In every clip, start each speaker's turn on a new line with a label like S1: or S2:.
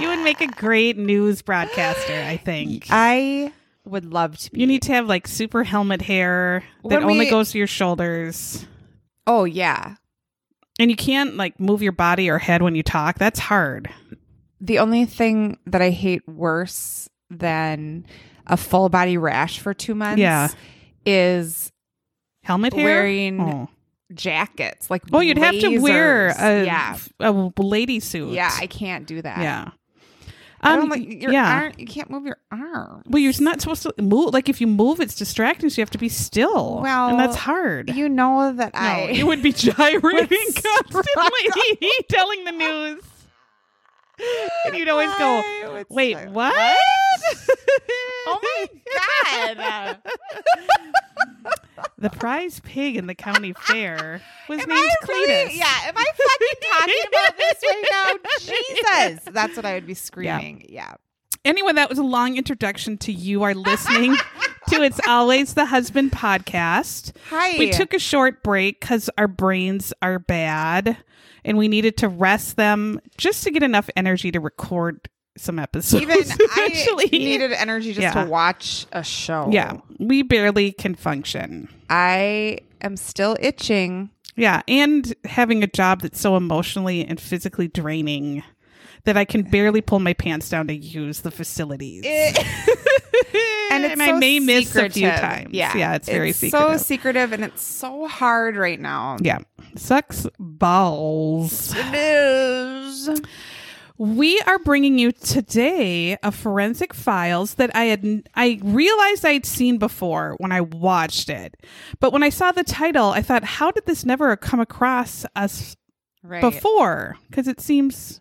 S1: you would make a great news broadcaster, I think.
S2: I would love to be.
S1: you need to have like super helmet hair that
S2: When
S1: only
S2: we-
S1: goes to your shoulders.
S2: Oh, yeah.
S1: And you can't like move your body or head when you talk. That's hard.
S2: The only thing that I hate worse than a full body rash for two months
S1: Yeah.
S2: is
S1: Helmet hair?
S2: Wearing-
S1: Oh,
S2: jackets. Like,
S1: Oh, you'd have to wear
S2: blazers.
S1: a,
S2: yeah.
S1: a lady suit.
S2: Yeah, I can't do that.
S1: Yeah. Um,
S2: I don't like your
S1: yeah.
S2: arm. You can't move your arm.
S1: Well, you're not supposed to move. Like if you move, it's distracting. So you have to be still.
S2: Well,
S1: and that's hard.
S2: You know that
S1: No,
S2: I.
S1: you would be gyrating
S2: With
S1: constantly, telling the news, and you'd always go,
S2: I would
S1: "Wait,
S2: say,
S1: what?
S2: Oh my god!
S1: The prize pig in the county fair was
S2: am
S1: named
S2: I
S1: Cletus.
S2: really? Yeah. Am I fucking talking about this right now? Jesus, that's what I would be screaming. Yeah.
S1: Anyway, that was a long introduction to you. Are listening to it's always the husband podcast.
S2: Hi.
S1: We took a short break because our brains are bad and we needed to rest them just to get enough energy to record some episodes.
S2: even. I
S1: eventually.
S2: needed energy just
S1: Yeah.
S2: to watch a show.
S1: Yeah, we barely can function.
S2: I am still itching.
S1: Yeah, and having a job that's so emotionally and physically draining that I can barely pull my pants down to use the facilities.
S2: Eh. and it's
S1: I
S2: so
S1: may miss a few
S2: secretive.
S1: times. Yeah, it's very
S2: so
S1: secretive.
S2: secretive, and it's so hard right now.
S1: yeah, sucks balls.
S2: It is.
S1: We are bringing you today a forensic files that I had I realized I'd seen before when I watched it. But when I saw the title, I thought how did this never come across us
S2: Right.
S1: before? Cuz it seems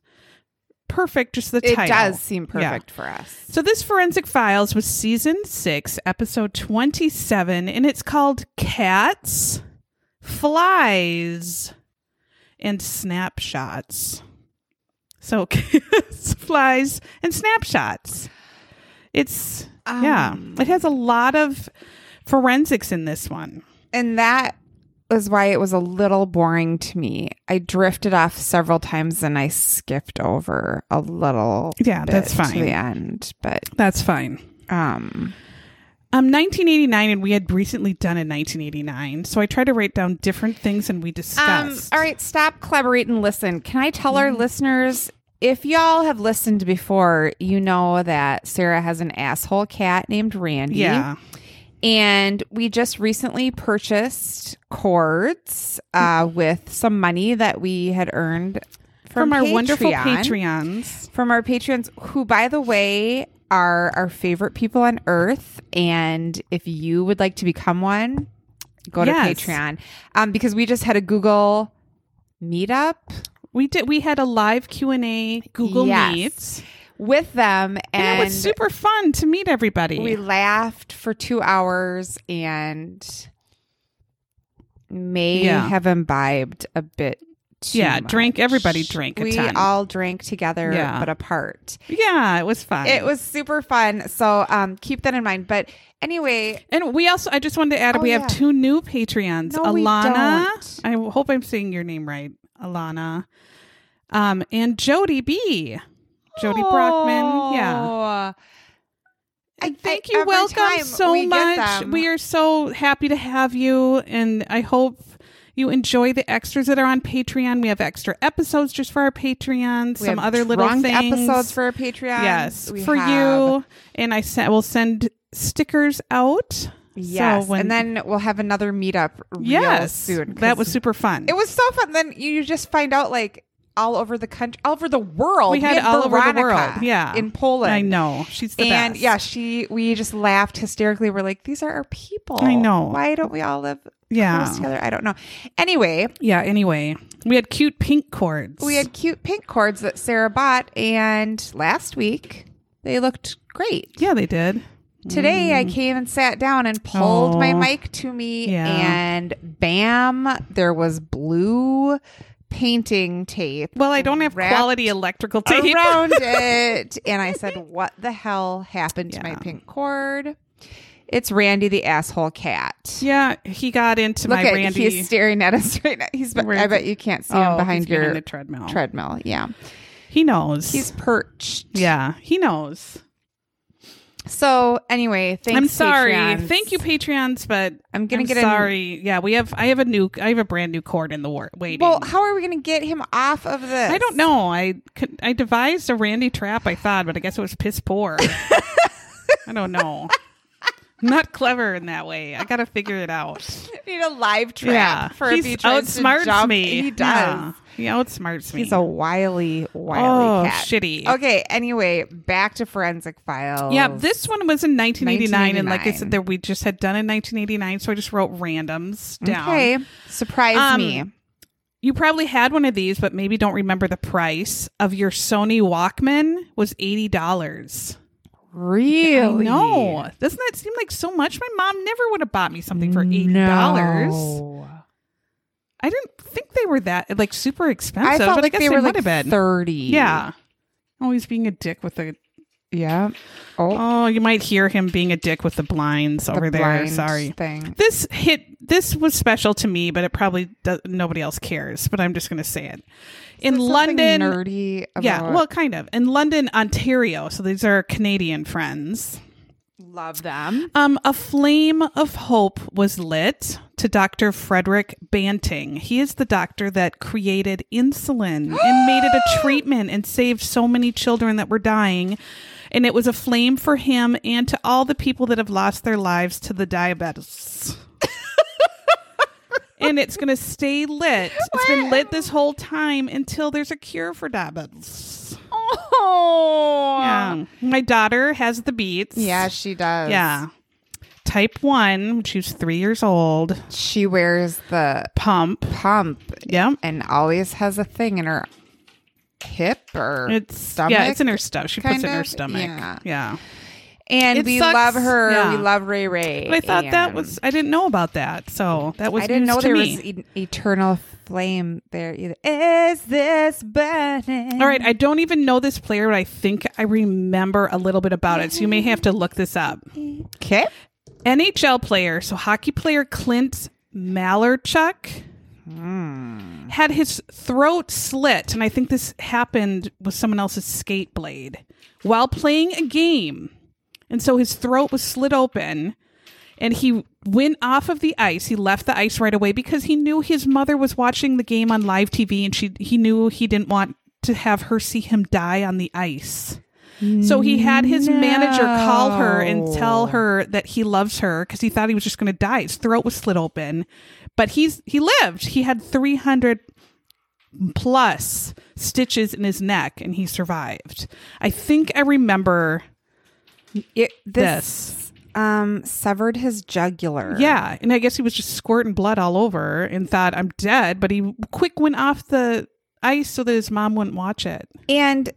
S1: perfect just the
S2: it
S1: title.
S2: does seem
S1: Yeah.
S2: perfect for us.
S1: So this forensic files was season 6, episode 27 and it's called Cats, Flies and Snapshots. So cats, flies and snapshots. It's yeah,
S2: Um,
S1: it has a lot of forensics in this one.
S2: And that was why it was a little boring to me. I drifted off several times and I skipped over a little.
S1: Yeah,
S2: bit
S1: that's
S2: To the
S1: fine.
S2: end, but
S1: That's fine.
S2: um,
S1: Um, 1989, and we had recently done a 1989, so I tried to write down different things and we discussed.
S2: Um, all right, stop, collaborate, and listen. Can I tell
S1: Mm-hmm.
S2: our listeners if y'all have listened before, you know that Sarah has an asshole cat named Randy.
S1: Yeah.
S2: And we just recently purchased cords uh, with some money that we had earned from,
S1: Mm-hmm. From, our wonderful
S2: Patreon.
S1: Patreons.
S2: From our patrons, who, by the way, are our favorite people on earth. And if you would like to become one, go
S1: Yes.
S2: to Patreon um, because we just had a Google meetup
S1: We did. We had a live Q and A Google
S2: Yes.
S1: Meets,
S2: with them,
S1: and,
S2: and
S1: it was super fun to meet everybody.
S2: we laughed for two hours and may
S1: Yeah.
S2: have imbibed a bit too
S1: Yeah, drank-
S2: much.
S1: everybody drank a
S2: we
S1: ton.
S2: all drank together
S1: Yeah. Um,
S2: but apart
S1: yeah, it was fun.
S2: it was super fun so um keep that in mind but anyway
S1: And we also, I just wanted to add,
S2: Oh,
S1: we
S2: yeah.
S1: have two new Patreons.
S2: No, we
S1: Alana,
S2: don't.
S1: I w- hope I'm saying your name right, Alana, um, and Jody B. Jody Brockman. Yeah.
S2: Oh. I
S1: Thank
S2: I-
S1: you.
S2: every
S1: Welcome
S2: time
S1: so
S2: we get
S1: much.
S2: them-
S1: We are so happy to have you. And I hope you enjoy the extras that are on Patreon. We have extra episodes just for our Patreons,
S2: we
S1: some
S2: have
S1: other little
S2: drunk
S1: things.
S2: episodes for our patreon
S1: yes,
S2: We
S1: for
S2: have-
S1: you. And I sent, will send stickers out.
S2: yes
S1: when-
S2: and then we'll have another meetup real
S1: yes
S2: soon 'cause
S1: that was super fun
S2: It was so fun. Then you just find out like all over the country, all over the world.
S1: We had all over the world. Yeah.
S2: in Poland.
S1: I know. She's the
S2: and
S1: best.
S2: yeah, she. We just laughed hysterically. We're like, these are our people.
S1: I know.
S2: Why don't we all live
S1: Yeah.
S2: close together? I don't know. Anyway,
S1: Yeah, anyway. We had cute pink cords.
S2: we had cute pink cords that Sarah bought, and last week they looked great.
S1: Yeah, they did.
S2: Today I came and sat down and pulled my
S1: Oh.
S2: mic to me
S1: Mm. Yeah.
S2: and bam there was blue painting tape
S1: Well, I don't have
S2: Wrapped
S1: quality electrical tape.
S2: around it and I said what the hell happened to my
S1: Yeah.
S2: pink cord It's Randy the asshole cat
S1: Yeah, he got into
S2: Look
S1: my
S2: at
S1: Randy.
S2: he's staring at us right now he's I
S1: Randy-
S2: bet you can't see
S1: Oh,
S2: him behind
S1: he's
S2: your
S1: the treadmill.
S2: treadmill yeah
S1: he knows.
S2: he's perched
S1: yeah, he knows.
S2: so anyway thanks
S1: I'm sorry.
S2: Patreons.
S1: Thank you, Patreons, but
S2: I'm gonna get a-
S1: sorry. yeah, we have. I have a new. I have a brand new cord in the wor- waiting.
S2: well how are we going to get him off of this
S1: I don't know. I could, I devised a Randy trap. I thought, but I guess it was piss poor. I don't know. I'm not clever in that way. I gotta figure it out.
S2: need a live trap
S1: yeah,
S2: for
S1: he
S2: if he tries to
S1: outsmarts
S2: jump.
S1: me.
S2: He does.
S1: Yeah, he outsmarts me.
S2: He's a wily,
S1: Oh,
S2: wily cat.
S1: shitty.
S2: Okay. Anyway, back to forensic files.
S1: Yeah, this one was in 1989, and like I
S2: 1989.
S1: said, there we just had done in 1989, so I just wrote randoms down.
S2: okay. Surprise
S1: Um,
S2: me.
S1: You probably had one of these, but maybe don't remember the price of your Sony Walkman was eighty dollars.
S2: Really?
S1: No, doesn't that seem like so much? My mom never would have bought me something for eighty dollars.
S2: No.
S1: I didn't think they were that like super expensive.
S2: I felt
S1: but
S2: like
S1: I guess
S2: they were
S1: might
S2: like
S1: have been.
S2: thirty.
S1: Yeah, always being a dick with the.
S2: Yeah. Oh,
S1: Oh, you might hear him being a dick with the blinds over
S2: the
S1: there.
S2: blind
S1: Sorry.
S2: Thing.
S1: this hit this was special to me but it probably does, nobody else cares but i'm just going to say it in
S2: There's something
S1: london
S2: Nerdy. About
S1: yeah well kind of in london ontario so these are canadian friends
S2: love them.
S1: um a flame of hope was lit to dr frederick banting he is the doctor that created insulin and made it a treatment and saved so many children that were dying and it was a flame for him and to all the people that have lost their lives to the diabetes and it's going to stay lit. It's been lit this whole time until there's a cure for diabetes.
S2: Oh.
S1: Yeah. My daughter has the beats.
S2: Yeah, she does.
S1: Yeah. Type 1, when she was 3 years old.
S2: She wears the
S1: Pump.
S2: pump
S1: Yep.
S2: and always has a thing in her hip or
S1: It's
S2: stomach.
S1: yeah, it's in her stuff. She puts
S2: kind
S1: it in her
S2: of?
S1: stomach.
S2: Yeah.
S1: Yeah.
S2: and
S1: it
S2: we
S1: sucks.
S2: love her.
S1: Yeah.
S2: We love Ray Ray.
S1: But I thought that
S2: and
S1: was I didn't know about that. So that was
S2: I didn't
S1: news
S2: know
S1: to
S2: there
S1: me.
S2: was an eternal flame there either. Is this burning?
S1: All right, I don't even know this player, but I think I remember a little bit about it. So you may have to look this up.
S2: Okay.
S1: NHL player, so hockey player Clint Malarchuk had his throat slit, and I think this happened with someone else's skate blade while playing a game. And so his throat was slit open, and he went off of the ice. He left the ice right away because he knew his mother was watching the game on live TV, and she he knew he didn't want to have her see him die on the ice. So he had his manager call her and tell her that he loves her because he thought he was just going to die. His throat was slit open, but he's he lived. He had three hundred plus stitches in his neck, and he survived. I think I remember.
S2: It, this
S1: This.
S2: um severed his jugular.
S1: Yeah, and I guess he was just squirting blood all over and thought I'm dead. But he quick went off the ice so that his mom wouldn't watch it.
S2: And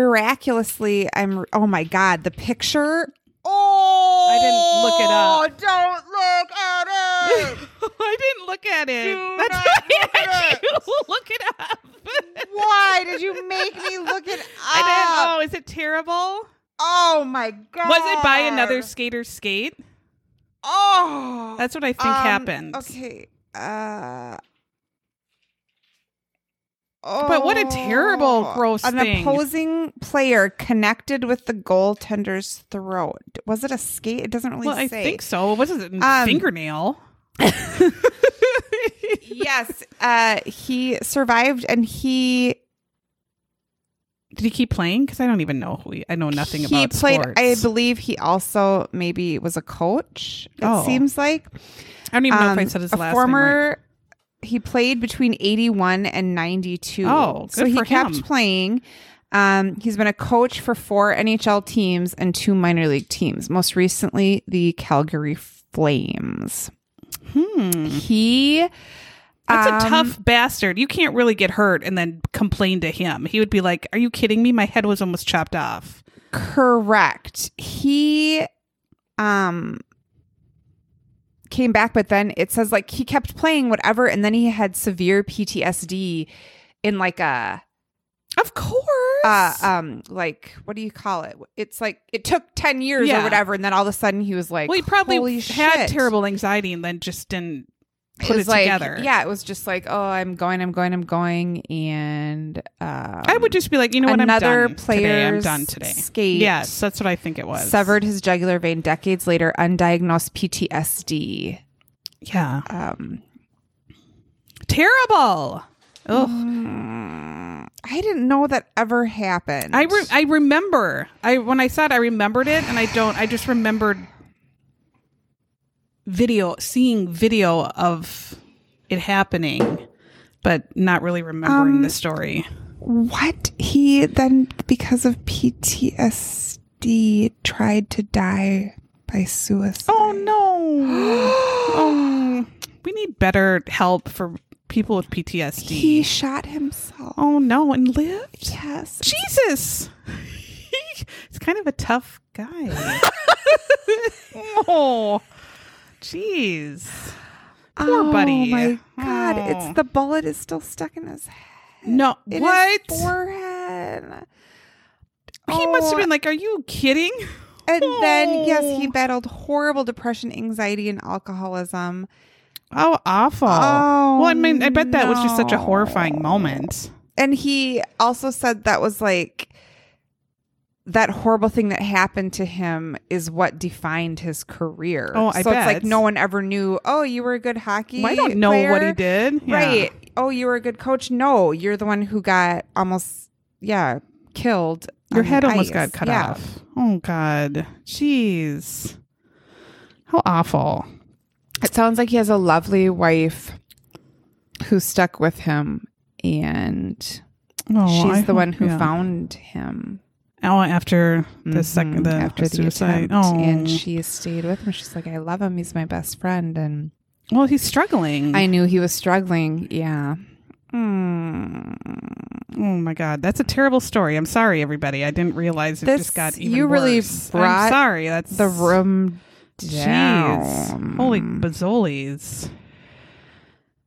S2: miraculously, I'm. Oh my God, the picture. Oh,
S1: I didn't look it up.
S2: Don't look at it.
S1: I didn't look at it.
S2: Do
S1: That's
S2: not
S1: why I
S2: look at
S1: had
S2: it.
S1: you look it up.
S2: Why did you make me look it up?
S1: I didn't. Oh, is it terrible?
S2: Oh my god!
S1: Was it by another skater's skate?
S2: Oh,
S1: That's what I think
S2: um,
S1: happened.
S2: Okay. Uh.
S1: But what a terrible,
S2: oh.
S1: gross
S2: An
S1: thing.
S2: opposing player connected with the goaltender's throat. Was it a skate? It doesn't really
S1: Well,
S2: say.
S1: I think so. What is it? An
S2: Um,
S1: fingernail.
S2: yes, uh, he survived, and he
S1: Did he keep playing? Because I don't even know. Who he, I know nothing
S2: he
S1: about.
S2: played.
S1: sports.
S2: I believe he also maybe was a coach. It
S1: Oh.
S2: seems like
S1: I don't even know if I
S2: Um,
S1: said his
S2: a
S1: last name.
S2: former he played between 81 and 92.
S1: Oh, good
S2: so he
S1: for
S2: kept
S1: him.
S2: playing. Um, he's been a coach for four NHL teams and two minor league teams, most recently the Calgary Flames. Hmm. He
S1: That's
S2: um,
S1: a tough bastard. You can't really get hurt and then complain to him. He would be like, Are you kidding me? My head was almost chopped off.
S2: Correct. He um came back but then it says like he kept playing whatever and then he had severe PTSD in like a
S1: Of course.
S2: uh, um like what do you call it? It's like it took 10 years or
S1: Yeah.
S2: whatever and then all of a sudden he was like
S1: well, he probably
S2: Holy
S1: had
S2: shit."
S1: terrible anxiety and then just didn't put it,
S2: was like,
S1: together.
S2: Yeah, it was just like, oh, I'm going, I'm going, I'm going and um,
S1: I would just be like, you know what? I'm
S2: another
S1: done today. I'm
S2: player's
S1: done today.
S2: skate
S1: Yes, that's what I think it was.
S2: severed his jugular vein decades later undiagnosed PTSD.
S1: Yeah.
S2: Um
S1: Terrible. Ugh.
S2: I didn't know that ever happened.
S1: I re- I remember. I when I saw it, I remembered it, and I don't. I just remembered video, seeing video of it happening, but not really remembering
S2: Um,
S1: the story.
S2: what he then because of PTSD tried to die by suicide.
S1: Oh no! um, we need better help for people with PTSD.
S2: He shot himself.
S1: oh no, and lived.
S2: Yes.
S1: Jesus, he's kind of a tough guy. oh, jeez. Poor buddy.
S2: Oh my god,
S1: Oh.
S2: it's the bullet is still stuck in his head.
S1: No,
S2: in his
S1: what?
S2: forehead.
S1: he must
S2: Oh.
S1: have been like, "Are you kidding?"
S2: And then yes, he
S1: Oh.
S2: battled horrible depression, anxiety and alcoholism.
S1: Oh, awful.
S2: Oh,
S1: well, I mean, I bet that was just such a
S2: no.
S1: horrifying moment.
S2: and he also said that was like that horrible thing that happened to him is what defined his career.
S1: Oh, I
S2: so it's
S1: bet.
S2: like no one ever knew. Oh, you were a good hockey.
S1: Well, I don't know what
S2: player."
S1: he did. Yeah.
S2: Right. Oh, you were a good coach. No, you're the one who got almost yeah killed.
S1: Your
S2: on
S1: head
S2: the
S1: almost
S2: ice.
S1: got cut
S2: Yeah.
S1: off. Oh God, jeez, how awful.
S2: It sounds like he has a lovely wife who stuck with him, and
S1: Oh, I
S2: she's the one
S1: hope-
S2: who
S1: yeah.
S2: found him.
S1: Oh, after the
S2: Mhm.
S1: second, the
S2: after the
S1: suicide.
S2: attempt,
S1: oh,
S2: and she stayed with him. She's like, I love him. He's my best friend, and
S1: well, he's struggling.
S2: I knew he was struggling. Yeah. Mm.
S1: oh my God, that's a terrible story. I'm sorry, everybody. I didn't realize it
S2: This-
S1: just got even
S2: you really
S1: worse.
S2: brought
S1: I'm sorry. That's
S2: The room down.
S1: Jeez. Holy bazzoles.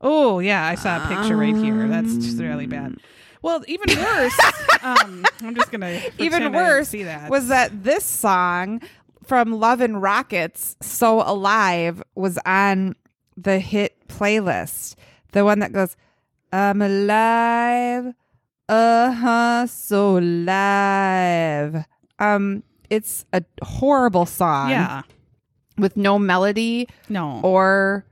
S1: Oh, yeah, I saw a picture right here. That's just really
S2: Um.
S1: bad. Well, even worse, um, I'm just going to
S2: Even worse
S1: see that.
S2: was that this song from Love and Rockets, "So Alive," was on the hit playlist. The one that goes, "I'm alive, uh huh, so alive." Um, it's a horrible song.
S1: yeah.
S2: with no melody
S1: No.
S2: Oh. or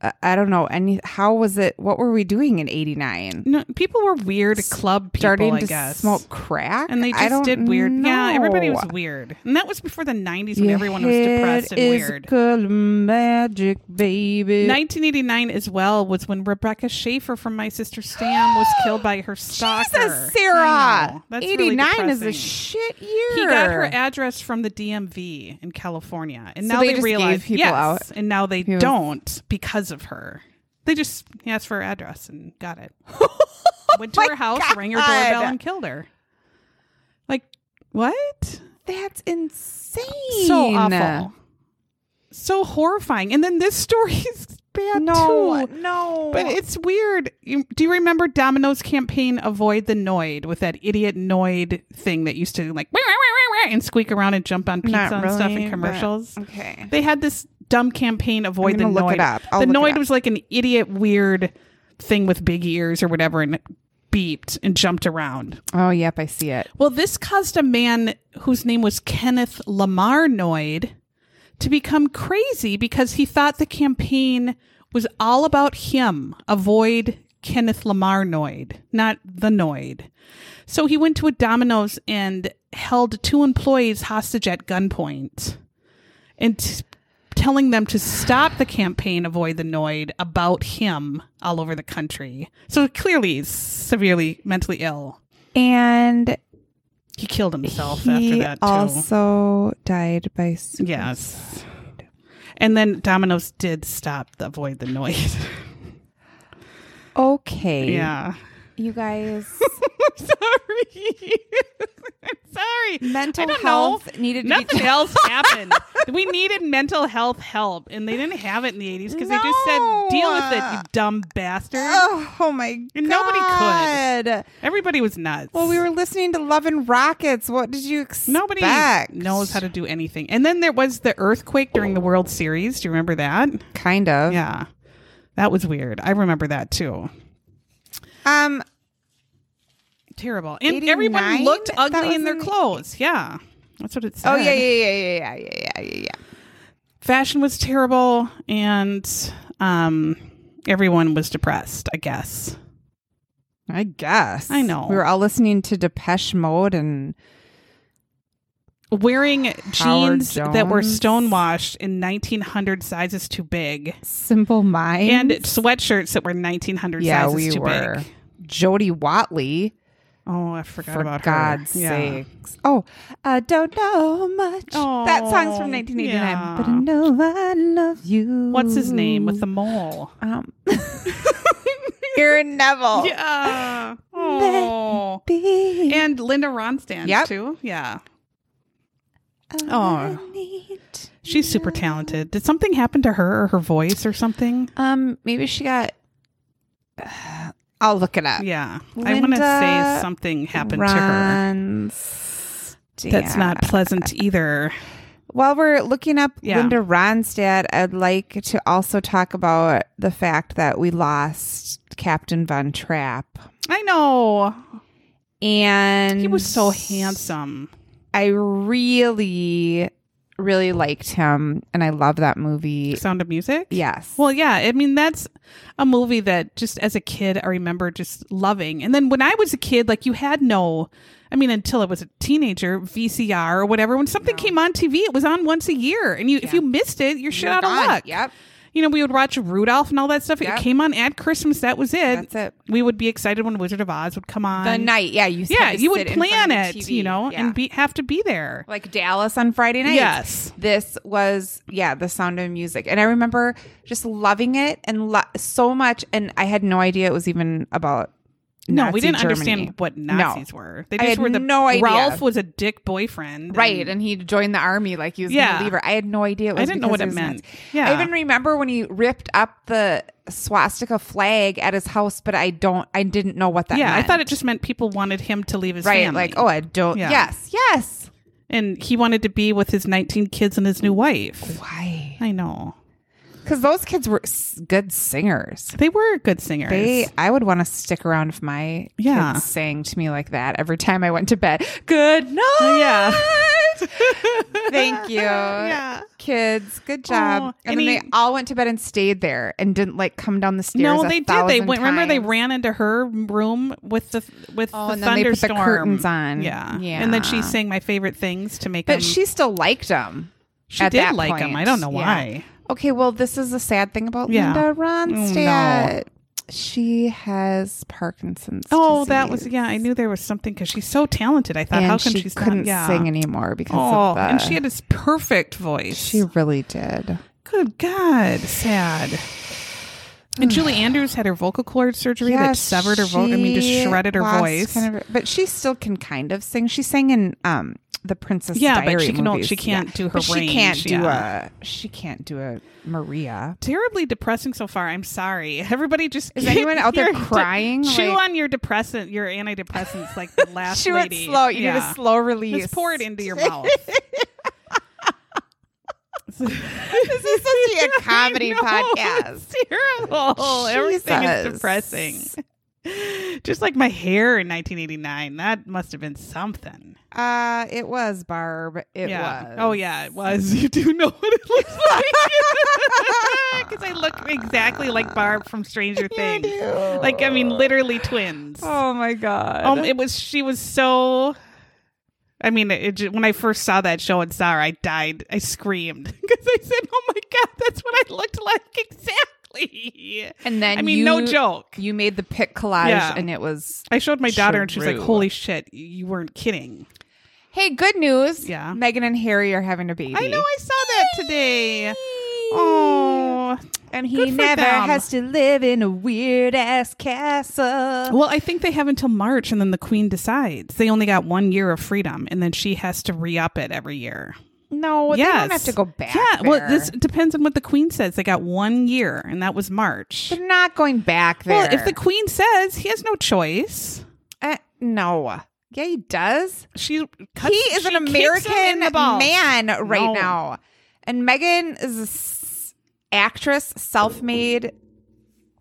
S2: uh, I don't know any. How was it? What were we doing in '89?
S1: no. People were weird club people,
S2: Starting
S1: I
S2: to
S1: guess.
S2: smoke crack,
S1: and they
S2: I
S1: just
S2: don't
S1: did weird. Yeah, everybody was
S2: know.
S1: weird. And that was before the 90s when
S2: Your
S1: everyone was
S2: head
S1: depressed and
S2: is
S1: weird.
S2: good magic, baby.
S1: 1989 as well was when Rebecca Schaefer from My Sister Stam was killed by her stalker. I
S2: Jesus, Sarah.
S1: know. That's really
S2: 89 is a
S1: depressing.
S2: shit year.
S1: He got her address from the DMV in California, and
S2: So
S1: now
S2: they
S1: they,
S2: just
S1: realize
S2: gave people
S1: yes,
S2: out
S1: and now they
S2: was-
S1: don't because of her. They just asked for her address and got it. Went to
S2: Oh my
S1: her house, rang her
S2: God.
S1: doorbell, and killed her. Like what?
S2: That's insane.
S1: So awful, so horrifying. And then this story is bad
S2: No,
S1: too.
S2: no.
S1: But it's weird. You, do you remember Domino's campaign "Avoid the Noid" with that idiot Noid thing that used to like "Wah, wah, wah, wah, wah," and squeak around and jump on pizza
S2: Not
S1: and stuff
S2: really,
S1: in
S2: but-
S1: commercials?
S2: okay.
S1: They had this dumb campaign "Avoid
S2: I'm
S1: the
S2: gonna look
S1: Noid."
S2: it up. I'll
S1: the
S2: look
S1: Noid
S2: it up.
S1: was like an idiot, weird thing with big ears or whatever, and it beeped and jumped around.
S2: Oh, yep, I see it.
S1: Well, this caused a man whose name was Kenneth Lamar Noid to become crazy because he thought the campaign was all about him. Avoid Kenneth Lamar Noid, not the Noid. So he went to a Domino's and held two employees hostage at gunpoint and t- telling them to stop the campaign Avoid the Noid about him all over the country. So clearly, he's severely mentally ill.
S2: And
S1: He killed himself after
S2: he
S1: that, too.
S2: also died by suicide.
S1: yes. And then Domino's did stop the Avoid the Noid.
S2: Okay.
S1: yeah.
S2: You guys,
S1: sorry. I'm sorry.
S2: mental
S1: I don't
S2: health
S1: know.
S2: needed to
S1: Nothing
S2: be.
S1: else happened. We needed mental health help, and they didn't have it in the 80s because they just
S2: No.
S1: said, deal with it, you dumb bastard.
S2: Oh, oh my god.
S1: And nobody could. Everybody was nuts.
S2: Well, we were listening to Love and Rockets. What did you expect?
S1: Nobody knows how to do anything. And then there was the earthquake during the World Series. Do you remember that?
S2: Kind of.
S1: Yeah. That was weird. I remember that too.
S2: Um.
S1: Terrible. And
S2: 89?
S1: everyone looked
S2: That
S1: ugly
S2: was
S1: in their
S2: in-
S1: clothes. Yeah. That's what it said.
S2: Oh yeah, yeah, yeah, yeah, yeah, yeah, yeah, yeah.
S1: fashion was terrible and um everyone was depressed i guess
S2: I guess.
S1: I know.
S2: We were all listening to Depeche Mode and
S1: wearing
S2: Howard
S1: jeans that were
S2: Jones.
S1: stonewashed in 1900 sizes too big
S2: Simple Minds.
S1: and sweatshirts that were 1900
S2: yeah,
S1: sizes
S2: we
S1: too
S2: were.
S1: big
S2: Jody Watley.
S1: oh i forgot
S2: for
S1: about her.
S2: God's
S1: Yeah.
S2: sakes. Oh, I don't know much. that song's
S1: Oh,
S2: from 1989.
S1: yeah.
S2: But I know I love you.
S1: what's his name with the mole
S2: um, Aaron Neville?
S1: yeah oh
S2: Be
S1: and linda ronstadt
S2: Yep.
S1: too yeah
S2: all I
S1: Oh.
S2: need.
S1: she's super talented did something happen to her or her voice or something
S2: Um, maybe she got. I'll look it up.
S1: Yeah. I want to
S2: Uh, Linda
S1: say something happened to her.
S2: Ronstadt.
S1: That's not pleasant either.
S2: While we're looking up
S1: Yeah.
S2: Linda Ronstadt, I'd like to also talk about the fact that we lost Captain Von Trapp.
S1: I know.
S2: And
S1: He was so handsome.
S2: I really, really liked him. And I love that movie.
S1: Sound of Music?
S2: Yes.
S1: Well, yeah. I mean, that's a movie that just as a kid, I remember just loving. And then when I was a kid, like you had no, I mean, until I was a teenager, VCR or whatever. When something came on TV, it was on once a year. And you, if you missed it, you're shit
S2: You're
S1: out
S2: gone.
S1: of luck.
S2: Oh Yep.
S1: You know, we would watch Rudolph and all that stuff.
S2: Yep.
S1: It came on at Christmas. That was it.
S2: That's it.
S1: We would be excited when Wizard of Oz would come on.
S2: The night. Yeah. You
S1: yeah,
S2: had to
S1: you
S2: sit
S1: would
S2: in front
S1: plan
S2: of
S1: it,
S2: the TV.
S1: you know,
S2: Yeah.
S1: and be have to be there.
S2: like Dallas on Friday night.
S1: Yes.
S2: This was, yeah, the sound of music. And I remember just loving it and lo- so much. And I had no idea it was even about.
S1: No,
S2: Nazi
S1: we didn't
S2: Germany.
S1: understand what
S2: No.
S1: Nazis were. They
S2: I
S1: just
S2: had
S1: were the
S2: no idea.
S1: Ralph was a dick boyfriend,
S2: Right,
S1: and-
S2: and he joined the army like he was
S1: Yeah.
S2: a believer. I had no idea. It was
S1: I didn't know
S2: because
S1: what
S2: he
S1: it
S2: was
S1: meant.
S2: Nazi.
S1: Yeah.
S2: I even remember when he ripped up the swastika flag at his house, but I don't. I didn't know what that.
S1: yeah,
S2: meant.
S1: I thought it just meant people wanted him to leave his
S2: right.
S1: family.
S2: Like, oh, I don't.
S1: Yeah.
S2: Yes, yes.
S1: and he wanted to be with his 19 kids and his new wife.
S2: Why?
S1: I know
S2: Because those kids were s- good singers.
S1: they were good singers.
S2: They, I would want to stick around if my
S1: Yeah.
S2: kids sang to me like that every time I went to bed. Good night.
S1: Oh, yeah.
S2: Thank you.
S1: Yeah.
S2: Kids, good job.
S1: Oh, and
S2: and then
S1: he-
S2: they all went to bed and stayed there and didn't like come down the stairs.
S1: No,
S2: a
S1: they did. They
S2: thousand
S1: went. Remember, they
S2: times.
S1: ran into her room with the with
S2: Oh,
S1: the
S2: and then they put the
S1: thunderstorm
S2: curtains on.
S1: Yeah,
S2: Yeah.
S1: And then she sang my favorite things to make.
S2: But
S1: him-
S2: she still liked him.
S1: she
S2: at
S1: did
S2: that
S1: like him.
S2: point.
S1: I don't know
S2: Yeah.
S1: why.
S2: Okay, well, this is the sad thing about
S1: Yeah.
S2: Linda Ronstadt.
S1: Oh,
S2: She has Parkinson's.
S1: Oh, that was
S2: disease.
S1: yeah. I knew there was something because she's so talented. I thought,
S2: And
S1: how come
S2: she
S1: she's
S2: couldn't
S1: not, yeah.
S2: sing anymore because
S1: Oh,
S2: of the,
S1: and she had this perfect voice.
S2: She really did.
S1: Good God, sad. And Julie Andrews had her vocal cord surgery that
S2: Yes,
S1: severed her voice. I mean, just
S2: she
S1: shredded her
S2: lost
S1: voice.
S2: kind of- but she still can kind of sing. She sang in um the Princess
S1: Yeah, but
S2: Diary
S1: she can o-
S2: movies.
S1: she can't do her
S2: But She
S1: range,
S2: can't do
S1: yeah.
S2: a. She can't do a Maria.
S1: Terribly depressing so far. I'm sorry. Everybody just
S2: Is anyone out there
S1: You're-
S2: crying?
S1: chew
S2: Like-
S1: on your depressant, your antidepressants, like the last
S2: she went
S1: lady.
S2: slow. You did
S1: Yeah.
S2: a slow release.
S1: Just pour it into your mouth.
S2: this is such a comedy
S1: I know,
S2: podcast.
S1: It's terrible. Everything is
S2: Jesus.
S1: depressing. Just like my hair in 1989. That must have been something.
S2: Uh, it was Barb. It
S1: yeah.
S2: was.
S1: Oh, yeah, it was. You do know what it looks like. Because I look exactly like Barb from Stranger Things. Like, I mean, literally twins.
S2: Oh my god.
S1: Um, it was, she was so. I mean, it, ju- when I first saw that show and saw her, I died. I screamed because I said, "Oh my god, that's what I looked like exactly."
S2: And then
S1: I mean, no
S2: you-
S1: joke.
S2: You made the pic collage
S1: Yeah.
S2: and it was
S1: I showed my daughter, and she was like,
S2: True.
S1: "Holy shit, y- you weren't kidding."
S2: Hey, good news.
S1: Yeah.
S2: Megan and Harry are having a baby.
S1: I know I saw that today. Oh,
S2: and he
S1: Good for
S2: never
S1: them.
S2: has to live in a weird ass castle.
S1: well, I think they have until March, and then the Queen decides. They only got one year of freedom, and then she has to re up it every year.
S2: No,
S1: yes.
S2: they don't have to go back.
S1: Yeah, well, this
S2: there.
S1: depends on what the Queen says. They got one year, and that was March.
S2: They're not going back there.
S1: Well, if the Queen says he has no choice,
S2: Uh, no. Yeah, he does.
S1: she cuts,
S2: He is
S1: she
S2: an
S1: kicks him
S2: American
S1: in the balls.
S2: man right
S1: No.
S2: now. And Megan is a s- actress, self made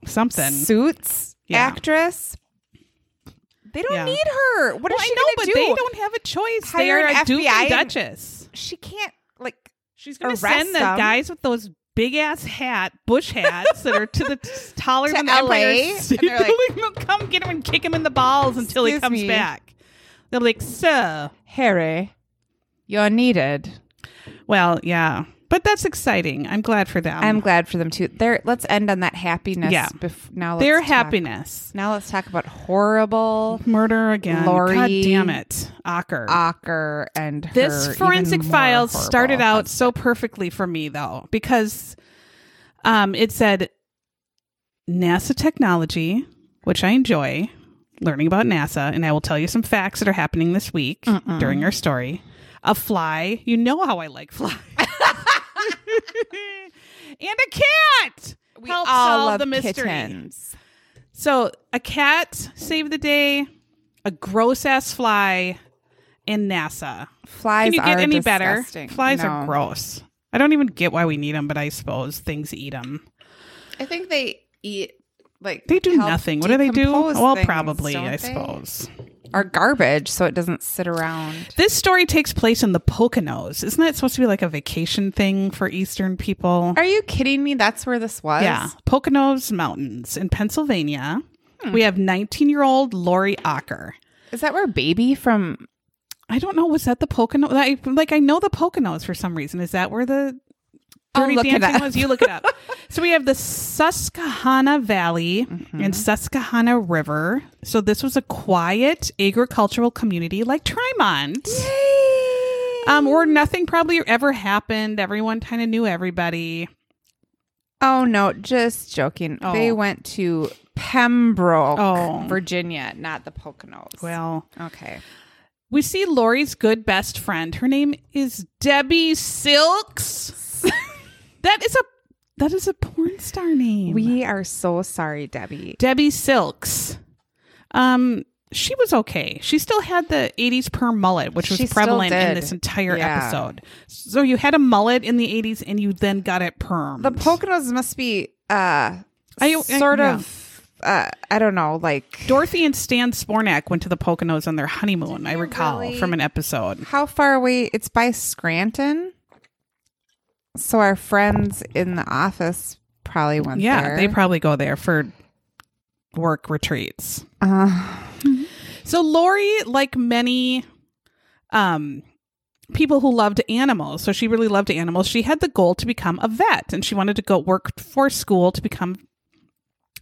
S1: Something.
S2: suits
S1: Yeah.
S2: actress. They don't
S1: Yeah.
S2: need her. What is
S1: well, I
S2: she
S1: know, but
S2: gonna do?
S1: they don't have a choice. They
S2: Hire
S1: are
S2: an
S1: a duke
S2: FBI
S1: and
S2: and-
S1: duchess.
S2: she can't like
S1: She's going to
S2: arrest
S1: send the
S2: them.
S1: guys with those big ass hat, bush hats that are to the taller
S2: To
S1: than the
S2: LA,
S1: Empire
S2: and
S1: State
S2: they're like-
S1: Building. They'll come get him and kick him in the balls until he
S2: Excuse
S1: comes
S2: me.
S1: back. They're like, so
S2: Harry, you're needed.
S1: well, yeah, but that's exciting. I'm glad for them.
S2: I'm glad for them too. There, let's end on that happiness.
S1: Um, Yeah.
S2: bef- now let's
S1: their
S2: talk-
S1: happiness.
S2: Now let's talk about horrible
S1: Murder again.
S2: Lori-
S1: God damn it, Ocker.
S2: Ocker and
S1: this
S2: her even
S1: forensic
S2: more
S1: files
S2: horrible
S1: started out
S2: husband.
S1: so perfectly for me though because um it said NASA technology which I enjoy learning about NASA and I will tell you some facts that are happening this week during our story a fly you know how I like fly and a cat
S2: We
S1: help
S2: all
S1: solve
S2: love
S1: the mystery
S2: kittens.
S1: so a cat saved the day a gross ass fly and NASA
S2: Flies
S1: can you get
S2: are
S1: any
S2: disgusting.
S1: better? Flies
S2: No.
S1: are gross. I don't even get why we need them, but I suppose things eat them.
S2: I think they eat like
S1: They do
S2: help
S1: nothing. What do they do?
S2: decompose
S1: Well,
S2: things,
S1: probably,
S2: don't
S1: I
S2: they?
S1: suppose.
S2: Are garbage, so it doesn't sit around.
S1: This story takes place in the Poconos. Isn't that supposed to be like a vacation thing for Eastern people?
S2: Are you kidding me? That's where this was.
S1: Yeah, Poconos Mountains in Pennsylvania.
S2: Hmm.
S1: We have 19 year old Lori Ocker.
S2: Is that where baby from?
S1: I don't know. Was that the Poconos? I, like, I know the Poconos for some reason. Is that where the
S2: I'll
S1: Dirty
S2: look it
S1: Dancing
S2: up.
S1: was? You look it up. so we have the Susquehanna Valley
S2: Mm-hmm.
S1: and Susquehanna River. So this was a quiet agricultural community like Tremont. Um, where nothing probably ever happened. Everyone kind of knew everybody.
S2: Oh no, just joking.
S1: Oh.
S2: They went to Pembroke,
S1: Oh.
S2: Virginia, not the Poconos.
S1: Well,
S2: okay.
S1: we see Lori's good best friend. Her name is Debbie Silks. that is a that is a porn star name.
S2: We are so sorry, Debbie.
S1: Debbie Silks. Um, she was okay. She still had the '80s perm mullet, which was
S2: She still
S1: prevalent in
S2: did.
S1: this entire
S2: Yeah.
S1: episode. So you had a mullet in the '80s, and you then got it perm.
S2: The Poconos must be uh
S1: Mm. I- I-
S2: sort
S1: yeah.
S2: of uh I don't know, like
S1: Dorothy and Stan Spornak went to the Poconos on their honeymoon. I recall
S2: really?
S1: from an episode.
S2: how far away it's by Scranton. So our friends in the office probably went
S1: Yeah,
S2: there.
S1: they probably go there for work retreats.
S2: uh,
S1: So Lori, like many um people who loved animals, so she really loved animals, she had the goal to become a vet and she wanted to go work for school to become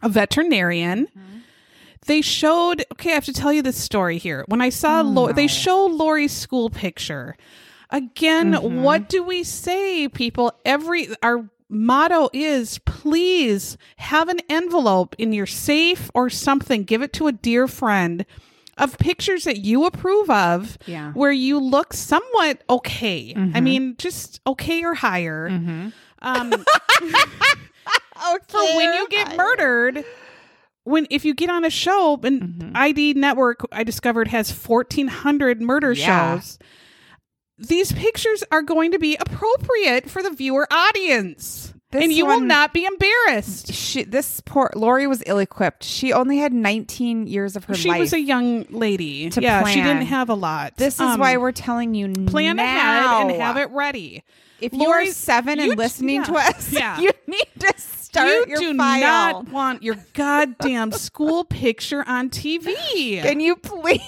S1: a veterinarian. They showed okay, I have to tell you this story here. When I saw Lo- they show Lori's school picture. Again, what do we say, people? Every our motto is please have an envelope in your safe or something. Give it to a dear friend of pictures that you approve of
S2: Yeah.
S1: where you look somewhat okay. I mean, just okay or higher. Um for when you get murdered when if you get on a show and
S2: Mm-hmm.
S1: id network i discovered has 1400 murder
S2: Yeah.
S1: shows these pictures are going to be appropriate for the viewer audience
S2: This
S1: and you will
S2: one-
S1: not be embarrassed
S2: she this poor Lori was ill equipped. She only had 19 years of her
S1: she
S2: life.
S1: was a young lady
S2: To
S1: yeah she
S2: plan.
S1: didn't have a lot
S2: this is
S1: Um,
S2: why we're telling you
S1: plan
S2: now.
S1: ahead and have it ready
S2: If
S1: Lori-
S2: you're seven and
S1: you-
S2: listening to
S1: yeah.
S2: us,
S1: Yeah.
S2: you need to
S3: start
S1: you
S3: your
S1: do
S3: file.
S1: not want your goddamn school picture on TV.
S3: Can you please